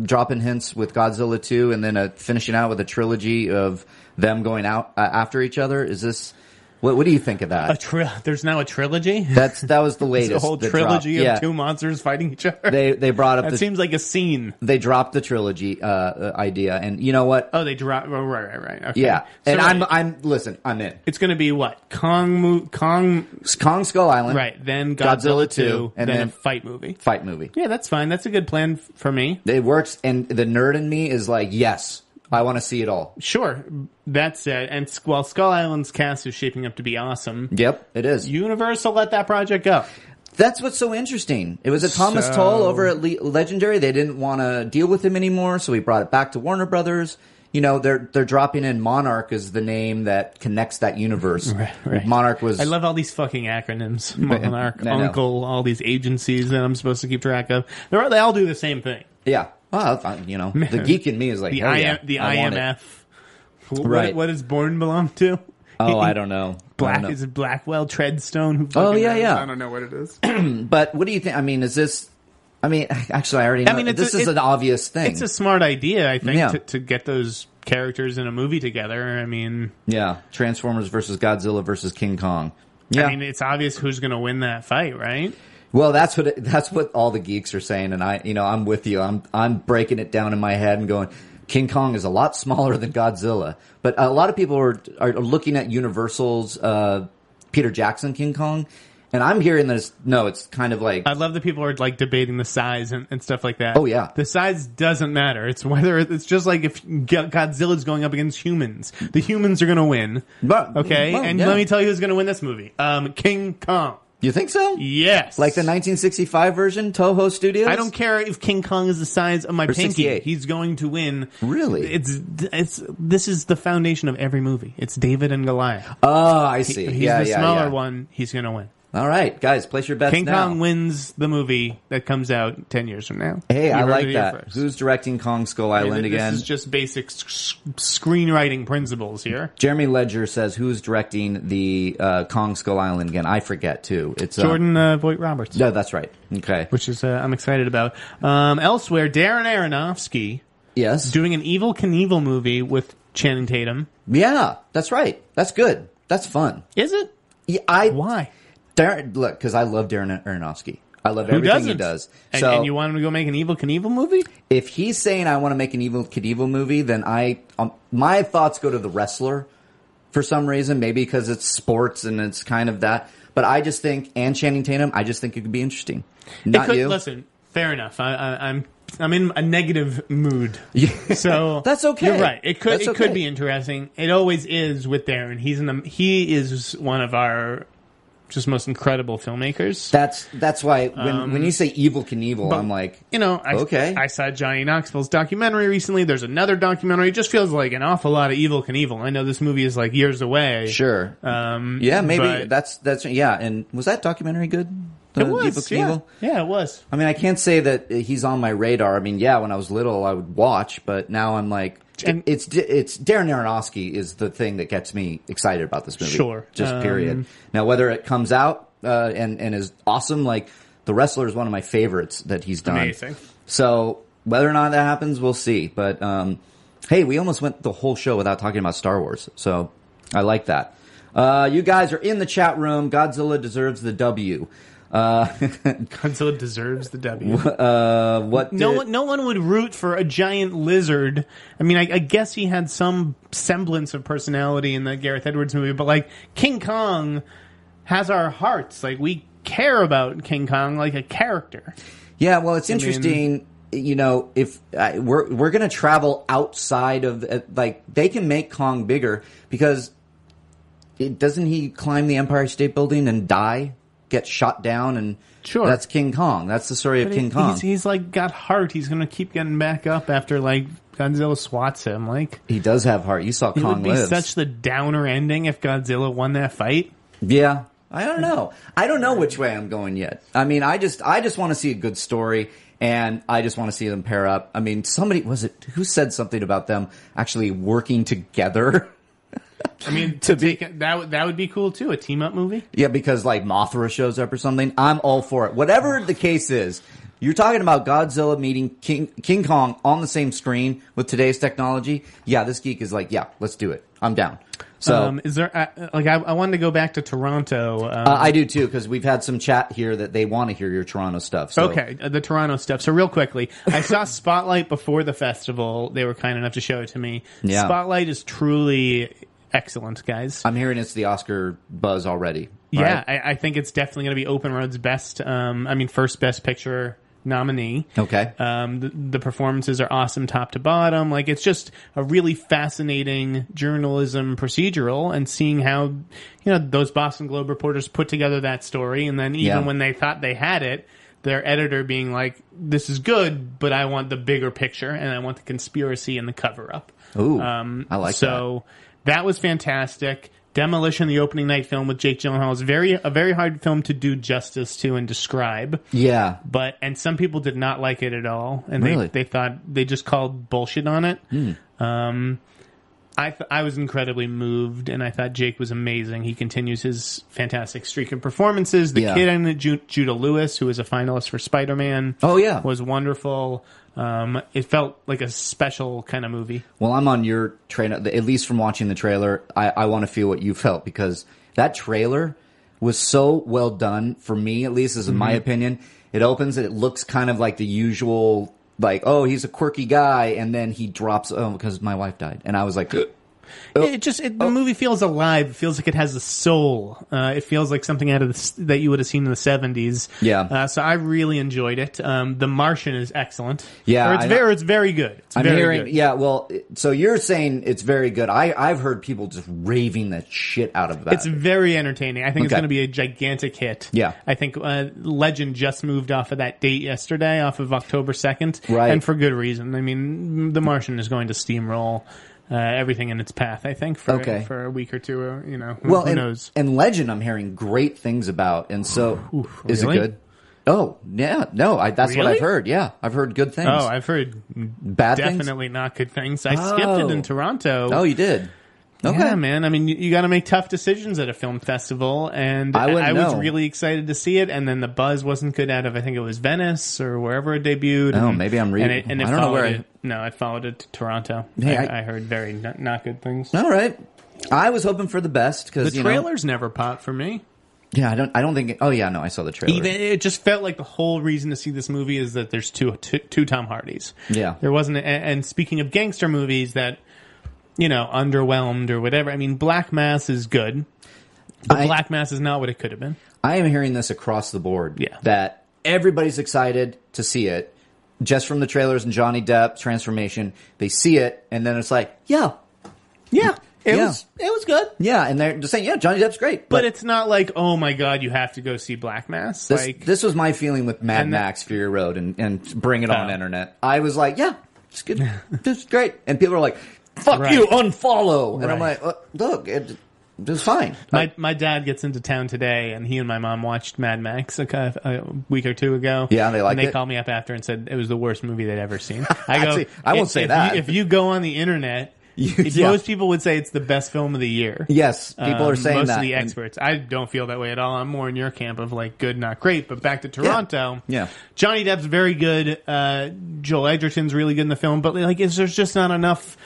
Speaker 2: dropping hints with Godzilla 2 and then uh, finishing out with a trilogy of them going out uh, after each other. Is this what what do you think of
Speaker 3: A
Speaker 2: that?
Speaker 3: tri- there's now a trilogy.
Speaker 2: That's that was the latest.
Speaker 3: a whole
Speaker 2: that
Speaker 3: trilogy of
Speaker 2: dropped.
Speaker 3: two monsters fighting each other.
Speaker 2: They they brought up
Speaker 3: that
Speaker 2: the,
Speaker 3: seems like a scene.
Speaker 2: they dropped the trilogy uh, uh, idea and you know what?
Speaker 3: Oh, they drop. Oh, right, right, right. Okay.
Speaker 2: yeah.
Speaker 3: So,
Speaker 2: And
Speaker 3: right,
Speaker 2: I'm I'm listen, I'm in.
Speaker 3: It's going to be what Kong. Mo- Kong.
Speaker 2: Kong Skull Island
Speaker 3: Right. Then Godzilla,
Speaker 2: Godzilla
Speaker 3: 2,
Speaker 2: 2, and
Speaker 3: then,
Speaker 2: then-
Speaker 3: a fight movie.
Speaker 2: fight movie.
Speaker 3: Yeah, that's fine. That's a good plan f- for me.
Speaker 2: It works and the nerd in me is like, "Yes, I want to see it all."
Speaker 3: Sure. That said, and s- while Skull Island's cast is shaping up to be awesome,
Speaker 2: Yep, it is.
Speaker 3: Universal let that project go.
Speaker 2: That's what's so interesting. It was a Thomas
Speaker 3: So-
Speaker 2: Toll over at Le- Legendary. They didn't want to deal with him anymore, so we brought it back to Warner Brothers. You know, they're they're dropping in Monarch as the name that connects that universe. Monarch was
Speaker 3: I love all these fucking acronyms. Monarch,
Speaker 2: I know.
Speaker 3: Uncle, all these agencies that I'm supposed to keep track of. They're, they all do the same thing.
Speaker 2: yeah. Well, I- you know, the geek in me is like
Speaker 3: The,
Speaker 2: hell
Speaker 3: I,
Speaker 2: yeah,
Speaker 3: the
Speaker 2: I want it.
Speaker 3: IMF. Wh- What,
Speaker 2: Right.
Speaker 3: what does Born belong to?
Speaker 2: Oh, I don't know. I
Speaker 3: Black
Speaker 2: don't know.
Speaker 3: is it Blackwell Treadstone? Who
Speaker 2: Oh
Speaker 3: fucking
Speaker 2: yeah,
Speaker 3: knows?
Speaker 4: I
Speaker 2: yeah.
Speaker 4: don't know what it is.
Speaker 2: But what do you think? I mean, is this? I mean, actually, I already. Know.
Speaker 3: mean, it's
Speaker 2: this
Speaker 3: a-
Speaker 2: is
Speaker 3: it-
Speaker 2: an obvious thing.
Speaker 3: It's a smart idea, I think,
Speaker 2: Yeah.
Speaker 3: to, to get those characters in a movie together. I mean,
Speaker 2: yeah, Transformers versus Godzilla versus King Kong. Yeah,
Speaker 3: I mean, it's obvious who's going to win that fight, right?
Speaker 2: Well, that's what it, that's what all the geeks are saying, and I, you know, I'm with you. I'm I'm breaking it down in my head and going, King Kong is a lot smaller than Godzilla, but a lot of people are are looking at Universal's uh, Peter Jackson King Kong, and I'm hearing that it's no, it's kind of like
Speaker 3: I love that people are like debating the size and, and stuff like that.
Speaker 2: Oh, yeah.
Speaker 3: the size doesn't matter. It's whether it's just like if Go- Godzilla's going up against humans, the humans are going to win.
Speaker 2: But-
Speaker 3: Okay,
Speaker 2: well,
Speaker 3: and
Speaker 2: yeah.
Speaker 3: let me tell you who's going to win this movie. Um, King Kong.
Speaker 2: you think so?
Speaker 3: Yes,
Speaker 2: Like the 1965 version, Toho Studios.
Speaker 3: I don't care if King Kong is the size of my pinky.
Speaker 2: 68.
Speaker 3: He's going to win.
Speaker 2: Really?
Speaker 3: It's it's this is the foundation of every movie. It's David and Goliath.
Speaker 2: Oh, I see.
Speaker 3: He's
Speaker 2: yeah,
Speaker 3: the
Speaker 2: yeah,
Speaker 3: smaller
Speaker 2: yeah.
Speaker 3: one. He's going to win.
Speaker 2: All right, guys, place your bets
Speaker 3: King
Speaker 2: now.
Speaker 3: Kong wins the movie that comes out ten years from now.
Speaker 2: Hey,
Speaker 3: You
Speaker 2: I
Speaker 3: heard it
Speaker 2: like
Speaker 3: here
Speaker 2: that.
Speaker 3: first.
Speaker 2: Who's directing Kong Skull
Speaker 3: Th-
Speaker 2: Island
Speaker 3: this
Speaker 2: again?
Speaker 3: is just basic s- s- screenwriting principles here.
Speaker 2: Jeremy Ledger says, "Who's directing the uh, Kong Skull Island again?" I forget too. It's uh,
Speaker 3: Jordan uh, Voight Roberts,
Speaker 2: No, that's right. Okay.
Speaker 3: which is uh, I'm excited about. Um, elsewhere, Darren Aronofsky
Speaker 2: Yes.
Speaker 3: doing an Evil Knievel movie with Channing Tatum.
Speaker 2: yeah, that's right. That's good. That's fun.
Speaker 3: Is it?
Speaker 2: Yeah, I
Speaker 3: Why?
Speaker 2: Darren, look because I love Darren Aronofsky. I love
Speaker 3: Who
Speaker 2: everything
Speaker 3: doesn't?
Speaker 2: he does.
Speaker 3: And,
Speaker 2: so
Speaker 3: and you want him to go make an Evil Knievel movie?
Speaker 2: if he's saying I want to make an evil Knievel movie, then I um, my thoughts go to the wrestler for some reason. Maybe because it's sports and it's kind of that. But I just think and Channing Tatum. I just think it could be interesting.
Speaker 3: It
Speaker 2: Not
Speaker 3: could-
Speaker 2: you.
Speaker 3: Listen, fair enough. I, I, I'm I'm in a negative mood,
Speaker 2: Yeah.
Speaker 3: so
Speaker 2: That's okay.
Speaker 3: You're right. It could
Speaker 2: That's
Speaker 3: it could
Speaker 2: okay.
Speaker 3: be interesting. It always is with Darren. He's in the, he is one of our just most incredible filmmakers.
Speaker 2: That's that's why when, when you say evil Knievel,
Speaker 3: Um, But,
Speaker 2: I'm like,
Speaker 3: you know, I,
Speaker 2: Okay.
Speaker 3: I saw Johnny Knoxville's documentary recently. There's another documentary. It just feels like an awful lot of evil Knievel. I know this movie is like years away.
Speaker 2: sure,
Speaker 3: Um,
Speaker 2: yeah, maybe
Speaker 3: but-
Speaker 2: that's that's yeah. And was that documentary good? The
Speaker 3: it was.
Speaker 2: Evil
Speaker 3: Yeah.
Speaker 2: Knievel?
Speaker 3: yeah, it was.
Speaker 2: I mean, I can't say that he's on my radar. I mean, yeah, when I was little, I would watch, but now I'm like,
Speaker 3: And-
Speaker 2: it's it's Darren Aronofsky is the thing that gets me excited about this movie.
Speaker 3: Sure.
Speaker 2: just
Speaker 3: Um,
Speaker 2: period. Now, whether it comes out uh, and and is awesome, like the wrestler is one of my favorites that he's done.
Speaker 3: Amazing.
Speaker 2: So whether or not that happens, we'll see. But um, hey, we almost went the whole show without talking about Star Wars, so I like that. Uh, you guys are in the chat room. Godzilla deserves the W. Uh,
Speaker 3: Godzilla deserves the W.
Speaker 2: Uh, what?
Speaker 3: No
Speaker 2: did-
Speaker 3: one, no one would root for a giant lizard. I mean, I, I guess he had some semblance of personality in the Gareth Edwards movie, but like King Kong has our hearts. Like we care about King Kong like a character.
Speaker 2: Yeah, well, it's interesting. you know, if I, we're we're gonna travel outside of uh, like they can make Kong bigger because it doesn't he climb the Empire State Building and die, get shot down, and
Speaker 3: Sure.
Speaker 2: that's King Kong. That's the story of King
Speaker 3: He's-
Speaker 2: Kong.
Speaker 3: He's, like got heart. He's gonna keep getting back up after like Godzilla swats him. Like
Speaker 2: he does have heart. You saw
Speaker 3: it
Speaker 2: Kong
Speaker 3: would be
Speaker 2: lives.
Speaker 3: such the downer ending if Godzilla won that fight.
Speaker 2: Yeah. I don't know. I don't know which way I'm going yet. I mean, I just I just want to see a good story and I just want to see them pair up. I mean, somebody was it who said something about them actually working together?
Speaker 3: I mean, to, take it- that would that would be cool too. A team up movie.
Speaker 2: yeah, because like Mothra shows up or something. I'm all for it. Whatever the case is, you're talking about Godzilla meeting King King Kong on the same screen with today's technology. Yeah, this geek is like, yeah, let's do it. I'm down. So
Speaker 3: um, is there uh, like I, I wanted to go back to Toronto? Um,
Speaker 2: uh, I do too because we've had some chat here that they want to hear your Toronto stuff. So.
Speaker 3: Okay, uh, the Toronto stuff. So real quickly, I saw Spotlight before the festival. They were kind enough to show it to me.
Speaker 2: Yeah.
Speaker 3: Spotlight is truly excellent, guys.
Speaker 2: I'm hearing it's the Oscar buzz already. right?
Speaker 3: yeah, I, I think it's definitely going to be Open Road's best. Um, I mean, first best picture nominee.
Speaker 2: Okay.
Speaker 3: Um, the, the performances are awesome, top to bottom. Like it's just a really fascinating journalism procedural, and seeing how you know those Boston Globe reporters put together that story, and then even
Speaker 2: Yeah.
Speaker 3: when they thought they had it, their editor being like, "This is good, but I want the bigger picture, and I want the conspiracy and the cover up."
Speaker 2: Ooh, I like
Speaker 3: um, so that. was fantastic. Demolition, the opening night film with Jake Gyllenhaal, is very a very hard film to do justice to and describe
Speaker 2: yeah.
Speaker 3: but and some people did not like it at all, and
Speaker 2: Really? Hmm.
Speaker 3: they they thought they just called bullshit on it. Um, I th- I was incredibly moved, and I thought Jake was amazing. He continues his fantastic streak of performances. The
Speaker 2: Yeah.
Speaker 3: kid in it, Ju- Judah Lewis, who was a finalist for Spider Man,
Speaker 2: Oh, yeah.
Speaker 3: was wonderful. Um, it felt like a special kind of movie.
Speaker 2: Well, I'm on your train. At least from watching the trailer, I, I want to feel what you felt because that trailer was so well done for me, at least, is in
Speaker 3: Mm-hmm.
Speaker 2: my opinion. It opens and it looks kind of like the usual, like oh, he's a quirky guy, and then he drops oh because my wife died, and I was like,
Speaker 3: It just it,
Speaker 2: oh.
Speaker 3: the movie feels alive. It feels like it has a soul. Uh, it feels like something out of the, s- that you would have seen in the seventies.
Speaker 2: Yeah.
Speaker 3: Uh, so I really enjoyed it. Um, the Martian is excellent.
Speaker 2: Yeah,
Speaker 3: Or it's
Speaker 2: I-
Speaker 3: very it's very good. It's
Speaker 2: I'm
Speaker 3: very
Speaker 2: hearing,
Speaker 3: good.
Speaker 2: yeah. Well, so you're saying it's very good. I I've heard people just raving the shit out of that.
Speaker 3: It's very entertaining. I think it's
Speaker 2: Okay.
Speaker 3: going to be a gigantic hit.
Speaker 2: Yeah.
Speaker 3: I think uh, Legend just moved off of that date yesterday, off of October 2nd.
Speaker 2: Right.
Speaker 3: And for good reason. I mean, The Martian is going to steamroll uh, everything in its path. I think for
Speaker 2: Okay.
Speaker 3: for a week or two. Or, you know, who,
Speaker 2: Well,
Speaker 3: who
Speaker 2: and,
Speaker 3: knows?
Speaker 2: and Legend, I'm hearing great things about, and so
Speaker 3: Oof,
Speaker 2: is
Speaker 3: really?
Speaker 2: it good? Oh yeah, no, I, that's what
Speaker 3: Really?
Speaker 2: I've heard. Yeah, I've heard good things.
Speaker 3: Oh, I've heard
Speaker 2: Bad things.
Speaker 3: definitely not good things. I skipped
Speaker 2: Oh.
Speaker 3: it in Toronto.
Speaker 2: Oh, you did. Okay,
Speaker 3: Yeah, man. I mean, you, you got to make tough decisions at a film festival, and
Speaker 2: I
Speaker 3: I,
Speaker 2: wouldn't
Speaker 3: was
Speaker 2: know.
Speaker 3: really excited to see it. And then the buzz wasn't good out of I think it was Venice or wherever it debuted.
Speaker 2: Oh,
Speaker 3: and-
Speaker 2: maybe I'm reading-
Speaker 3: And it, and it
Speaker 2: I don't know
Speaker 3: followed
Speaker 2: where I-
Speaker 3: it. No, it followed it to Toronto.
Speaker 2: Hey,
Speaker 3: I,
Speaker 2: I-
Speaker 3: I, heard very not, not good things.
Speaker 2: all right. I was hoping for the best
Speaker 3: the
Speaker 2: because you know,
Speaker 3: trailers never popped for me.
Speaker 2: yeah, I don't, I don't think. Oh yeah, no, I saw the trailer.
Speaker 3: Even it just felt like the whole reason to see this movie is that there's two two, two Tom Hardys.
Speaker 2: Yeah.
Speaker 3: there wasn't. And, and speaking of gangster movies that you know underwhelmed or whatever, I mean, Black Mass is good. But
Speaker 2: I-
Speaker 3: Black Mass is not what it could have been.
Speaker 2: I am hearing this across the board.
Speaker 3: Yeah.
Speaker 2: That everybody's excited to see it just from the trailers and Johnny Depp transformation. They see it and then it's like, yeah,
Speaker 3: Yeah, it
Speaker 2: Yeah.
Speaker 3: was it was good.
Speaker 2: yeah. And they're just saying, yeah, Johnny Depp's great.
Speaker 3: But it's not like, oh my god, you have to go see Black Mass.
Speaker 2: this,
Speaker 3: like,
Speaker 2: this was my feeling with Mad
Speaker 3: And that-
Speaker 2: Max Fury Road and, and Bring It On
Speaker 3: Oh.
Speaker 2: Internet. I was like, yeah, it's good. it's great. And people are like, fuck
Speaker 3: Right.
Speaker 2: you, unfollow. And I'm
Speaker 3: Right.
Speaker 2: like, "Uh, look, it, it's fine.
Speaker 3: my my dad gets into town today, and he and my mom watched Mad Max a, cou- a week or two ago.
Speaker 2: Yeah, they liked
Speaker 3: And they
Speaker 2: it.
Speaker 3: called me up after and said it was the worst movie they'd ever seen. I go,
Speaker 2: See, I won't
Speaker 3: if-
Speaker 2: say
Speaker 3: if
Speaker 2: that.
Speaker 3: You, if you go on the internet, if
Speaker 2: yeah.
Speaker 3: most people would say it's the best film of the year.
Speaker 2: yes, people are
Speaker 3: Um,
Speaker 2: saying
Speaker 3: most
Speaker 2: that.
Speaker 3: of the
Speaker 2: And-
Speaker 3: experts. I don't feel that way at all. I'm more in your camp of like good, not great. But back to Toronto,
Speaker 2: Yeah.
Speaker 3: Johnny Depp's very good. Uh, Joel Edgerton's really good in the film, but like, is there's just not enough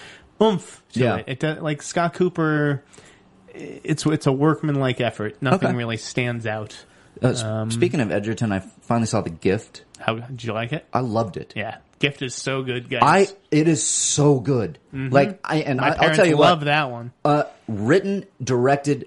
Speaker 3: oomph to
Speaker 2: Yeah.
Speaker 3: it. it does, like Scott Cooper, it's it's a workmanlike effort. Nothing
Speaker 2: Okay.
Speaker 3: really stands out.
Speaker 2: uh, s-
Speaker 3: um,
Speaker 2: speaking of Edgerton, I finally saw The Gift.
Speaker 3: How did you like it?
Speaker 2: I loved it.
Speaker 3: Yeah, Gift is so good, guys.
Speaker 2: I it is so good. Like I and
Speaker 3: Mm-hmm. My
Speaker 2: I, I'll
Speaker 3: parents
Speaker 2: tell you
Speaker 3: love
Speaker 2: what,
Speaker 3: that one.
Speaker 2: uh, written, directed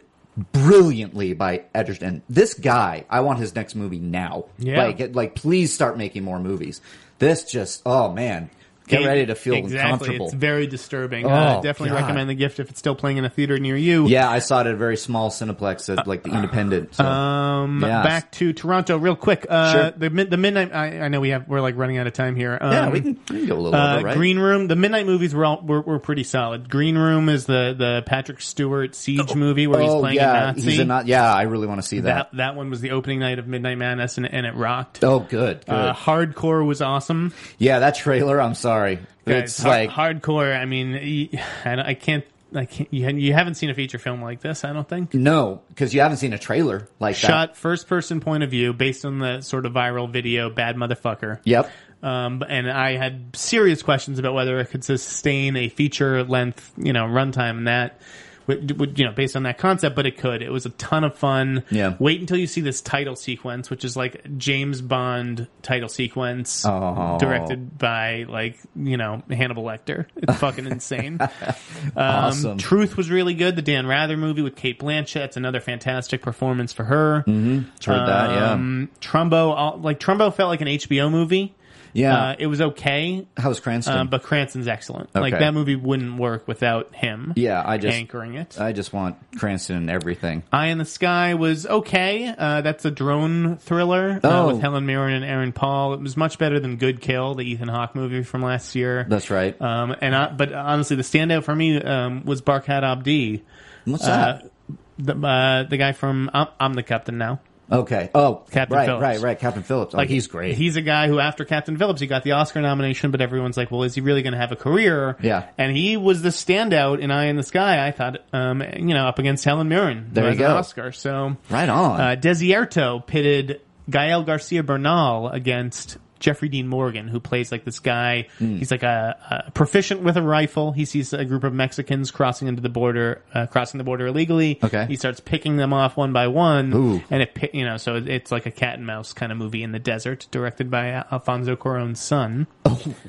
Speaker 2: brilliantly by Edgerton. This guy, I want his next movie now.
Speaker 3: Yeah.
Speaker 2: Like, it- like please start making more movies. This just, oh man, get
Speaker 3: It-
Speaker 2: ready to feel
Speaker 3: E- exactly.
Speaker 2: comfortable.
Speaker 3: It's very disturbing.
Speaker 2: Oh,
Speaker 3: uh, definitely
Speaker 2: God.
Speaker 3: recommend the gift if it's still playing in a theater near you.
Speaker 2: yeah, I saw it at a very small Cineplex at like the Independent. So.
Speaker 3: Um,
Speaker 2: Yes.
Speaker 3: back to Toronto real quick. Uh,
Speaker 2: Sure.
Speaker 3: the mid- the midnight. I, I know we have we're like running out of time here. Um,
Speaker 2: yeah, we can, we can go a little
Speaker 3: uh,
Speaker 2: over, right?
Speaker 3: Green Room. The midnight movies were all were, were pretty solid. Green Room is the the Patrick Stewart siege movie where he's
Speaker 2: oh
Speaker 3: playing
Speaker 2: yeah,
Speaker 3: a Nazi.
Speaker 2: he's a Nazi. Yeah, I really want to see that.
Speaker 3: that that one was the opening night of Midnight Madness and, and it rocked.
Speaker 2: Oh, good, good.
Speaker 3: Uh, hardcore was awesome.
Speaker 2: yeah, that trailer. I'm sorry, it's
Speaker 3: Guys,
Speaker 2: like
Speaker 3: har- hardcore. I mean, y- I, don't- I can't. I can't. You, you haven't seen a feature film like this, I don't think.
Speaker 2: no, because you haven't seen a trailer like that.
Speaker 3: Shot first person point of view based on the sort of viral video, bad motherfucker.
Speaker 2: Yep.
Speaker 3: Um, and I had serious questions about whether it could sustain a feature length, you know, runtime and that would, would, you know, based on that concept, but it could. It was a ton of fun.
Speaker 2: Yeah.
Speaker 3: Wait until you see this title sequence, which is like James Bond title sequence
Speaker 2: Oh.
Speaker 3: directed by like, you know, Hannibal Lecter. It's fucking insane.
Speaker 2: Awesome.
Speaker 3: Um, Truth was really good. The Dan Rather movie with Kate Blanchett. It's another fantastic performance for her.
Speaker 2: Heard Mm-hmm, that, yeah.
Speaker 3: Um, Trumbo, all, like Trumbo, felt like an HBO movie.
Speaker 2: Yeah.
Speaker 3: Uh, it was okay,
Speaker 2: How's Cranston?
Speaker 3: um, but Cranston's excellent. Like
Speaker 2: Okay.
Speaker 3: that movie wouldn't work without him.
Speaker 2: yeah, I just
Speaker 3: anchoring it.
Speaker 2: I just want Cranston and everything.
Speaker 3: Eye in the Sky was okay. Uh, that's a drone thriller uh,
Speaker 2: Oh.
Speaker 3: with Helen Mirren and Aaron Paul. It was much better than Good Kill, the Ethan Hawke movie from last year.
Speaker 2: That's right.
Speaker 3: Um, and I, but honestly, the standout for me um, was Barkat Abdi,
Speaker 2: What's that?
Speaker 3: the uh, the guy from I'm, I'm the Captain now.
Speaker 2: Okay. Oh,
Speaker 3: Captain
Speaker 2: right,
Speaker 3: Phillips.
Speaker 2: right, right. Captain Phillips. Oh, he's great.
Speaker 3: He's a guy who, after Captain Phillips, he got the Oscar nomination, but everyone's like, "Well, is he really going to have a career?"
Speaker 2: Yeah.
Speaker 3: And he was the standout in Eye in the Sky. I thought, um, you know, up against Helen Mirren,
Speaker 2: There
Speaker 3: who
Speaker 2: you
Speaker 3: has
Speaker 2: go.
Speaker 3: an Oscar. So
Speaker 2: right on.
Speaker 3: uh, Desierto pitted Gael Garcia Bernal against Jeffrey Dean Morgan, who plays like this guy.
Speaker 2: Hmm.
Speaker 3: He's like a, a proficient with a rifle. He sees a group of Mexicans crossing into the border, uh, crossing the border illegally.
Speaker 2: Okay.
Speaker 3: he starts picking them off one by one,
Speaker 2: Ooh.
Speaker 3: and it pi- you know so it's like a cat and mouse kind of movie in the desert, directed by Al- Alfonso Cuarón's son.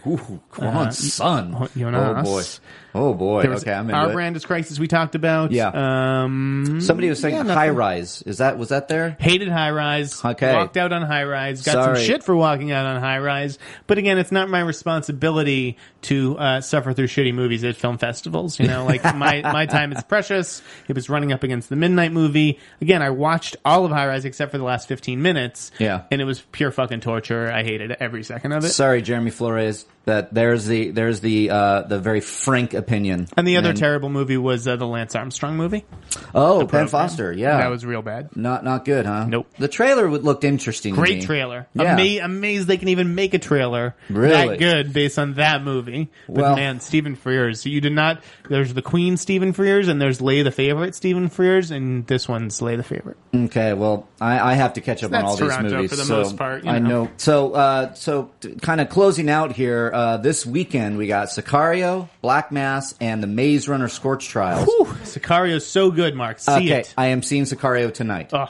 Speaker 2: Ooh, come on, son. Oh boy.
Speaker 3: uh, Jonas.
Speaker 2: Oh boy.
Speaker 3: There was
Speaker 2: Okay, I'm into
Speaker 3: Our
Speaker 2: it.
Speaker 3: Brand is Crisis we talked about. Uh,
Speaker 2: Yeah.
Speaker 3: Um,
Speaker 2: Somebody was saying high rise. Is that was that there?
Speaker 3: hated high rise.
Speaker 2: Okay.
Speaker 3: Walked out on high rise. Got
Speaker 2: Sorry.
Speaker 3: some shit for walking out on high rise. But again, it's not my responsibility to uh, suffer through shitty movies at film festivals. You know, like my, my time is precious. It was running up against the midnight movie. Again, I watched all of high rise except for the last 15 minutes.
Speaker 2: Yeah.
Speaker 3: And it was pure fucking torture. I hated every second of it.
Speaker 2: Sorry, Jeremy Flores. That there's the there's the uh, the very frank opinion.
Speaker 3: And the other
Speaker 2: then-
Speaker 3: terrible movie was uh, the Lance Armstrong movie.
Speaker 2: oh Ben
Speaker 3: Program.
Speaker 2: Foster, yeah,
Speaker 3: that was real bad.
Speaker 2: not not good, huh?
Speaker 3: Nope.
Speaker 2: The trailer would- looked interesting. to
Speaker 3: Great
Speaker 2: me.
Speaker 3: trailer.
Speaker 2: Yeah.
Speaker 3: Ama- amazed they can even make a trailer
Speaker 2: Really?
Speaker 3: that good based on that movie. But
Speaker 2: Well-
Speaker 3: man, Stephen Frears. You did not. There's the Queen Stephen Frears, and there's Lay the Favorite Stephen Frears, and this one's Lay the Favorite.
Speaker 2: Okay, well, I, I have to catch up on
Speaker 3: That's
Speaker 2: all these
Speaker 3: Toronto
Speaker 2: movies.
Speaker 3: for the
Speaker 2: so
Speaker 3: most part, you
Speaker 2: I
Speaker 3: know.
Speaker 2: know. So, uh, so kind of closing out here. Uh, this weekend we got Sicario, Black Mass, and The Maze Runner: Scorch Trials.
Speaker 3: Whew, Sicario's so good, Mark. See
Speaker 2: okay,
Speaker 3: it.
Speaker 2: I am seeing Sicario tonight.
Speaker 3: Ugh.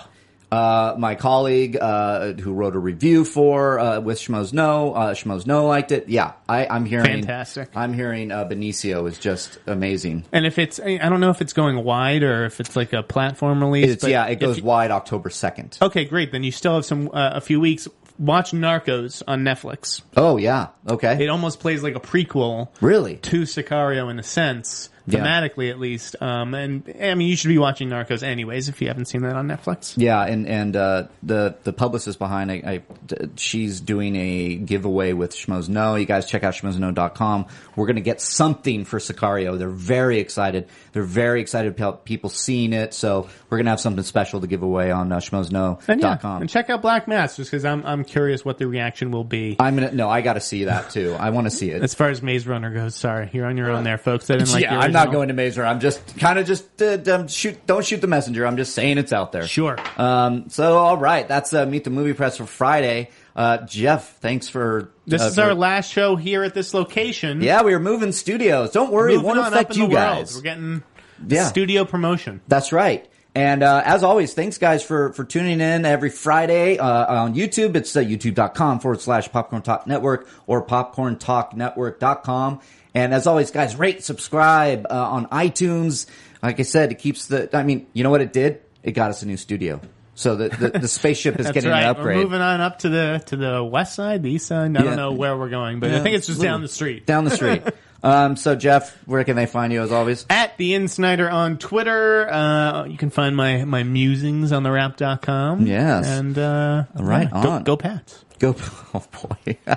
Speaker 2: Uh, my colleague uh, who wrote a review for uh, with Schmoes No, uh, Schmoes No liked it. Yeah, I, I'm hearing
Speaker 3: Fantastic.
Speaker 2: I'm hearing uh, Benicio is just amazing.
Speaker 3: And if it's, I I don't know if it's going wide or if it's like a platform release.
Speaker 2: It's
Speaker 3: but
Speaker 2: yeah, it
Speaker 3: if
Speaker 2: goes
Speaker 3: you-
Speaker 2: wide October second.
Speaker 3: Okay, great. Then you still have some uh, a few weeks. Watch Narcos on Netflix.
Speaker 2: Oh yeah, okay,
Speaker 3: It almost plays like a prequel
Speaker 2: really.
Speaker 3: to Sicario in a sense,
Speaker 2: Yeah.
Speaker 3: thematically at least. Um, and I mean, you should be watching Narcos anyways if you haven't seen that on Netflix.
Speaker 2: Yeah, and and uh, the the publicist behind it, I, d- she's doing a giveaway with Schmoes No. You guys check out schmoesno.com. We're gonna get something for Sicario. They're very excited. They're very excited about people seeing it. So we're gonna have something special to give away on uh,
Speaker 3: And yeah,
Speaker 2: schmoesno.com.
Speaker 3: and check out Black Mass just because I'm I'm curious what the reaction will be.
Speaker 2: I'm gonna no, I gotta see that too. I want to see it.
Speaker 3: as far as Maze Runner goes, sorry, you're on your own there, folks. I didn't like
Speaker 2: yeah,
Speaker 3: the
Speaker 2: I'm not
Speaker 3: original.
Speaker 2: going to Mazer. I'm just kind of just uh, um, shoot. Don't shoot the messenger. I'm just saying it's out there.
Speaker 3: Sure.
Speaker 2: Um, so all right, that's uh, meet the movie press for Friday. Uh, Jeff, thanks for
Speaker 3: this
Speaker 2: uh,
Speaker 3: is our
Speaker 2: for-
Speaker 3: last show here at this location.
Speaker 2: Yeah, we are moving studios. Don't worry, it
Speaker 3: Moving
Speaker 2: won't
Speaker 3: on
Speaker 2: affect
Speaker 3: up in
Speaker 2: you
Speaker 3: the world.
Speaker 2: guys.
Speaker 3: We're getting
Speaker 2: Yeah.
Speaker 3: studio promotion.
Speaker 2: That's right. And uh, as always, thanks guys for for tuning in every Friday uh, on YouTube. It's uh, youtube.com forward slash popcorn talk network or popcorn talk network.com. And as always, guys, rate, subscribe uh, on iTunes. Like I said, it keeps the, I mean, you know what it did? It got us a new studio. So the, the, the spaceship is
Speaker 3: That's
Speaker 2: getting
Speaker 3: right.
Speaker 2: an upgrade.
Speaker 3: We're moving on up to the to the west side, the east side. I
Speaker 2: Yeah.
Speaker 3: don't know where we're going, but I
Speaker 2: Yeah.
Speaker 3: think it's just down the street.
Speaker 2: Down the street. um, so, Jeff, where can they find you as always?
Speaker 3: at the in Snyder on Twitter. Uh, you can find my my musings on therap.com.
Speaker 2: Yes.
Speaker 3: And uh
Speaker 2: Right
Speaker 3: yeah, go,
Speaker 2: on.
Speaker 3: go Pats.
Speaker 2: Go, oh boy.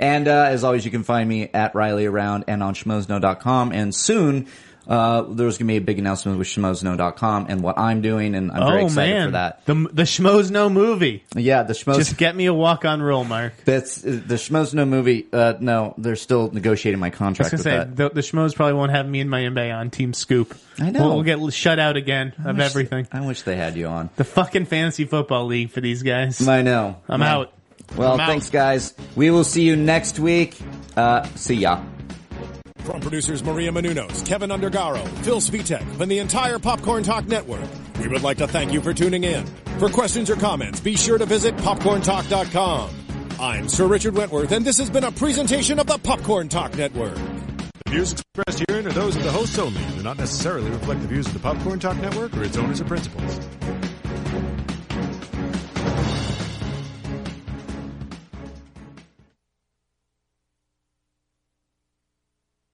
Speaker 2: and uh, as always, you can find me at Riley Around and on schmozno.com. And soon, uh, there's going to be a big announcement with schmozno.com and what I'm doing, and I'm very
Speaker 3: oh
Speaker 2: excited
Speaker 3: man.
Speaker 2: for that.
Speaker 3: The the Schmoes No movie.
Speaker 2: Yeah, the schmoes.
Speaker 3: Just get me a walk on roll, Mark.
Speaker 2: that's uh, the Schmozno movie. Uh, no, they're still negotiating my
Speaker 3: I was
Speaker 2: contract
Speaker 3: gonna
Speaker 2: with
Speaker 3: say
Speaker 2: that.
Speaker 3: the, the Schmoes probably won't have me and Mayembe on Team Scoop.
Speaker 2: I know.
Speaker 3: We'll, we'll get shut out again of
Speaker 2: wish-
Speaker 3: everything.
Speaker 2: I wish they had you on.
Speaker 3: The fucking fantasy football league for these guys.
Speaker 2: I know.
Speaker 3: I'm
Speaker 2: Yeah.
Speaker 3: out.
Speaker 2: Well,
Speaker 3: I'm out.
Speaker 2: thanks, guys. We will see you next week. Uh, see ya.
Speaker 1: From producers Maria Menunos, Kevin Undergaro, Phil Svitek, and the entire Popcorn Talk Network, we would like to thank you for tuning in. For questions or comments, be sure to visit popcorntalk.com. I'm Sir Richard Wentworth, and this has been a presentation of the Popcorn Talk Network.
Speaker 5: The views expressed herein are those of the hosts only and do not necessarily reflect the views of the Popcorn Talk Network or its owners or principals.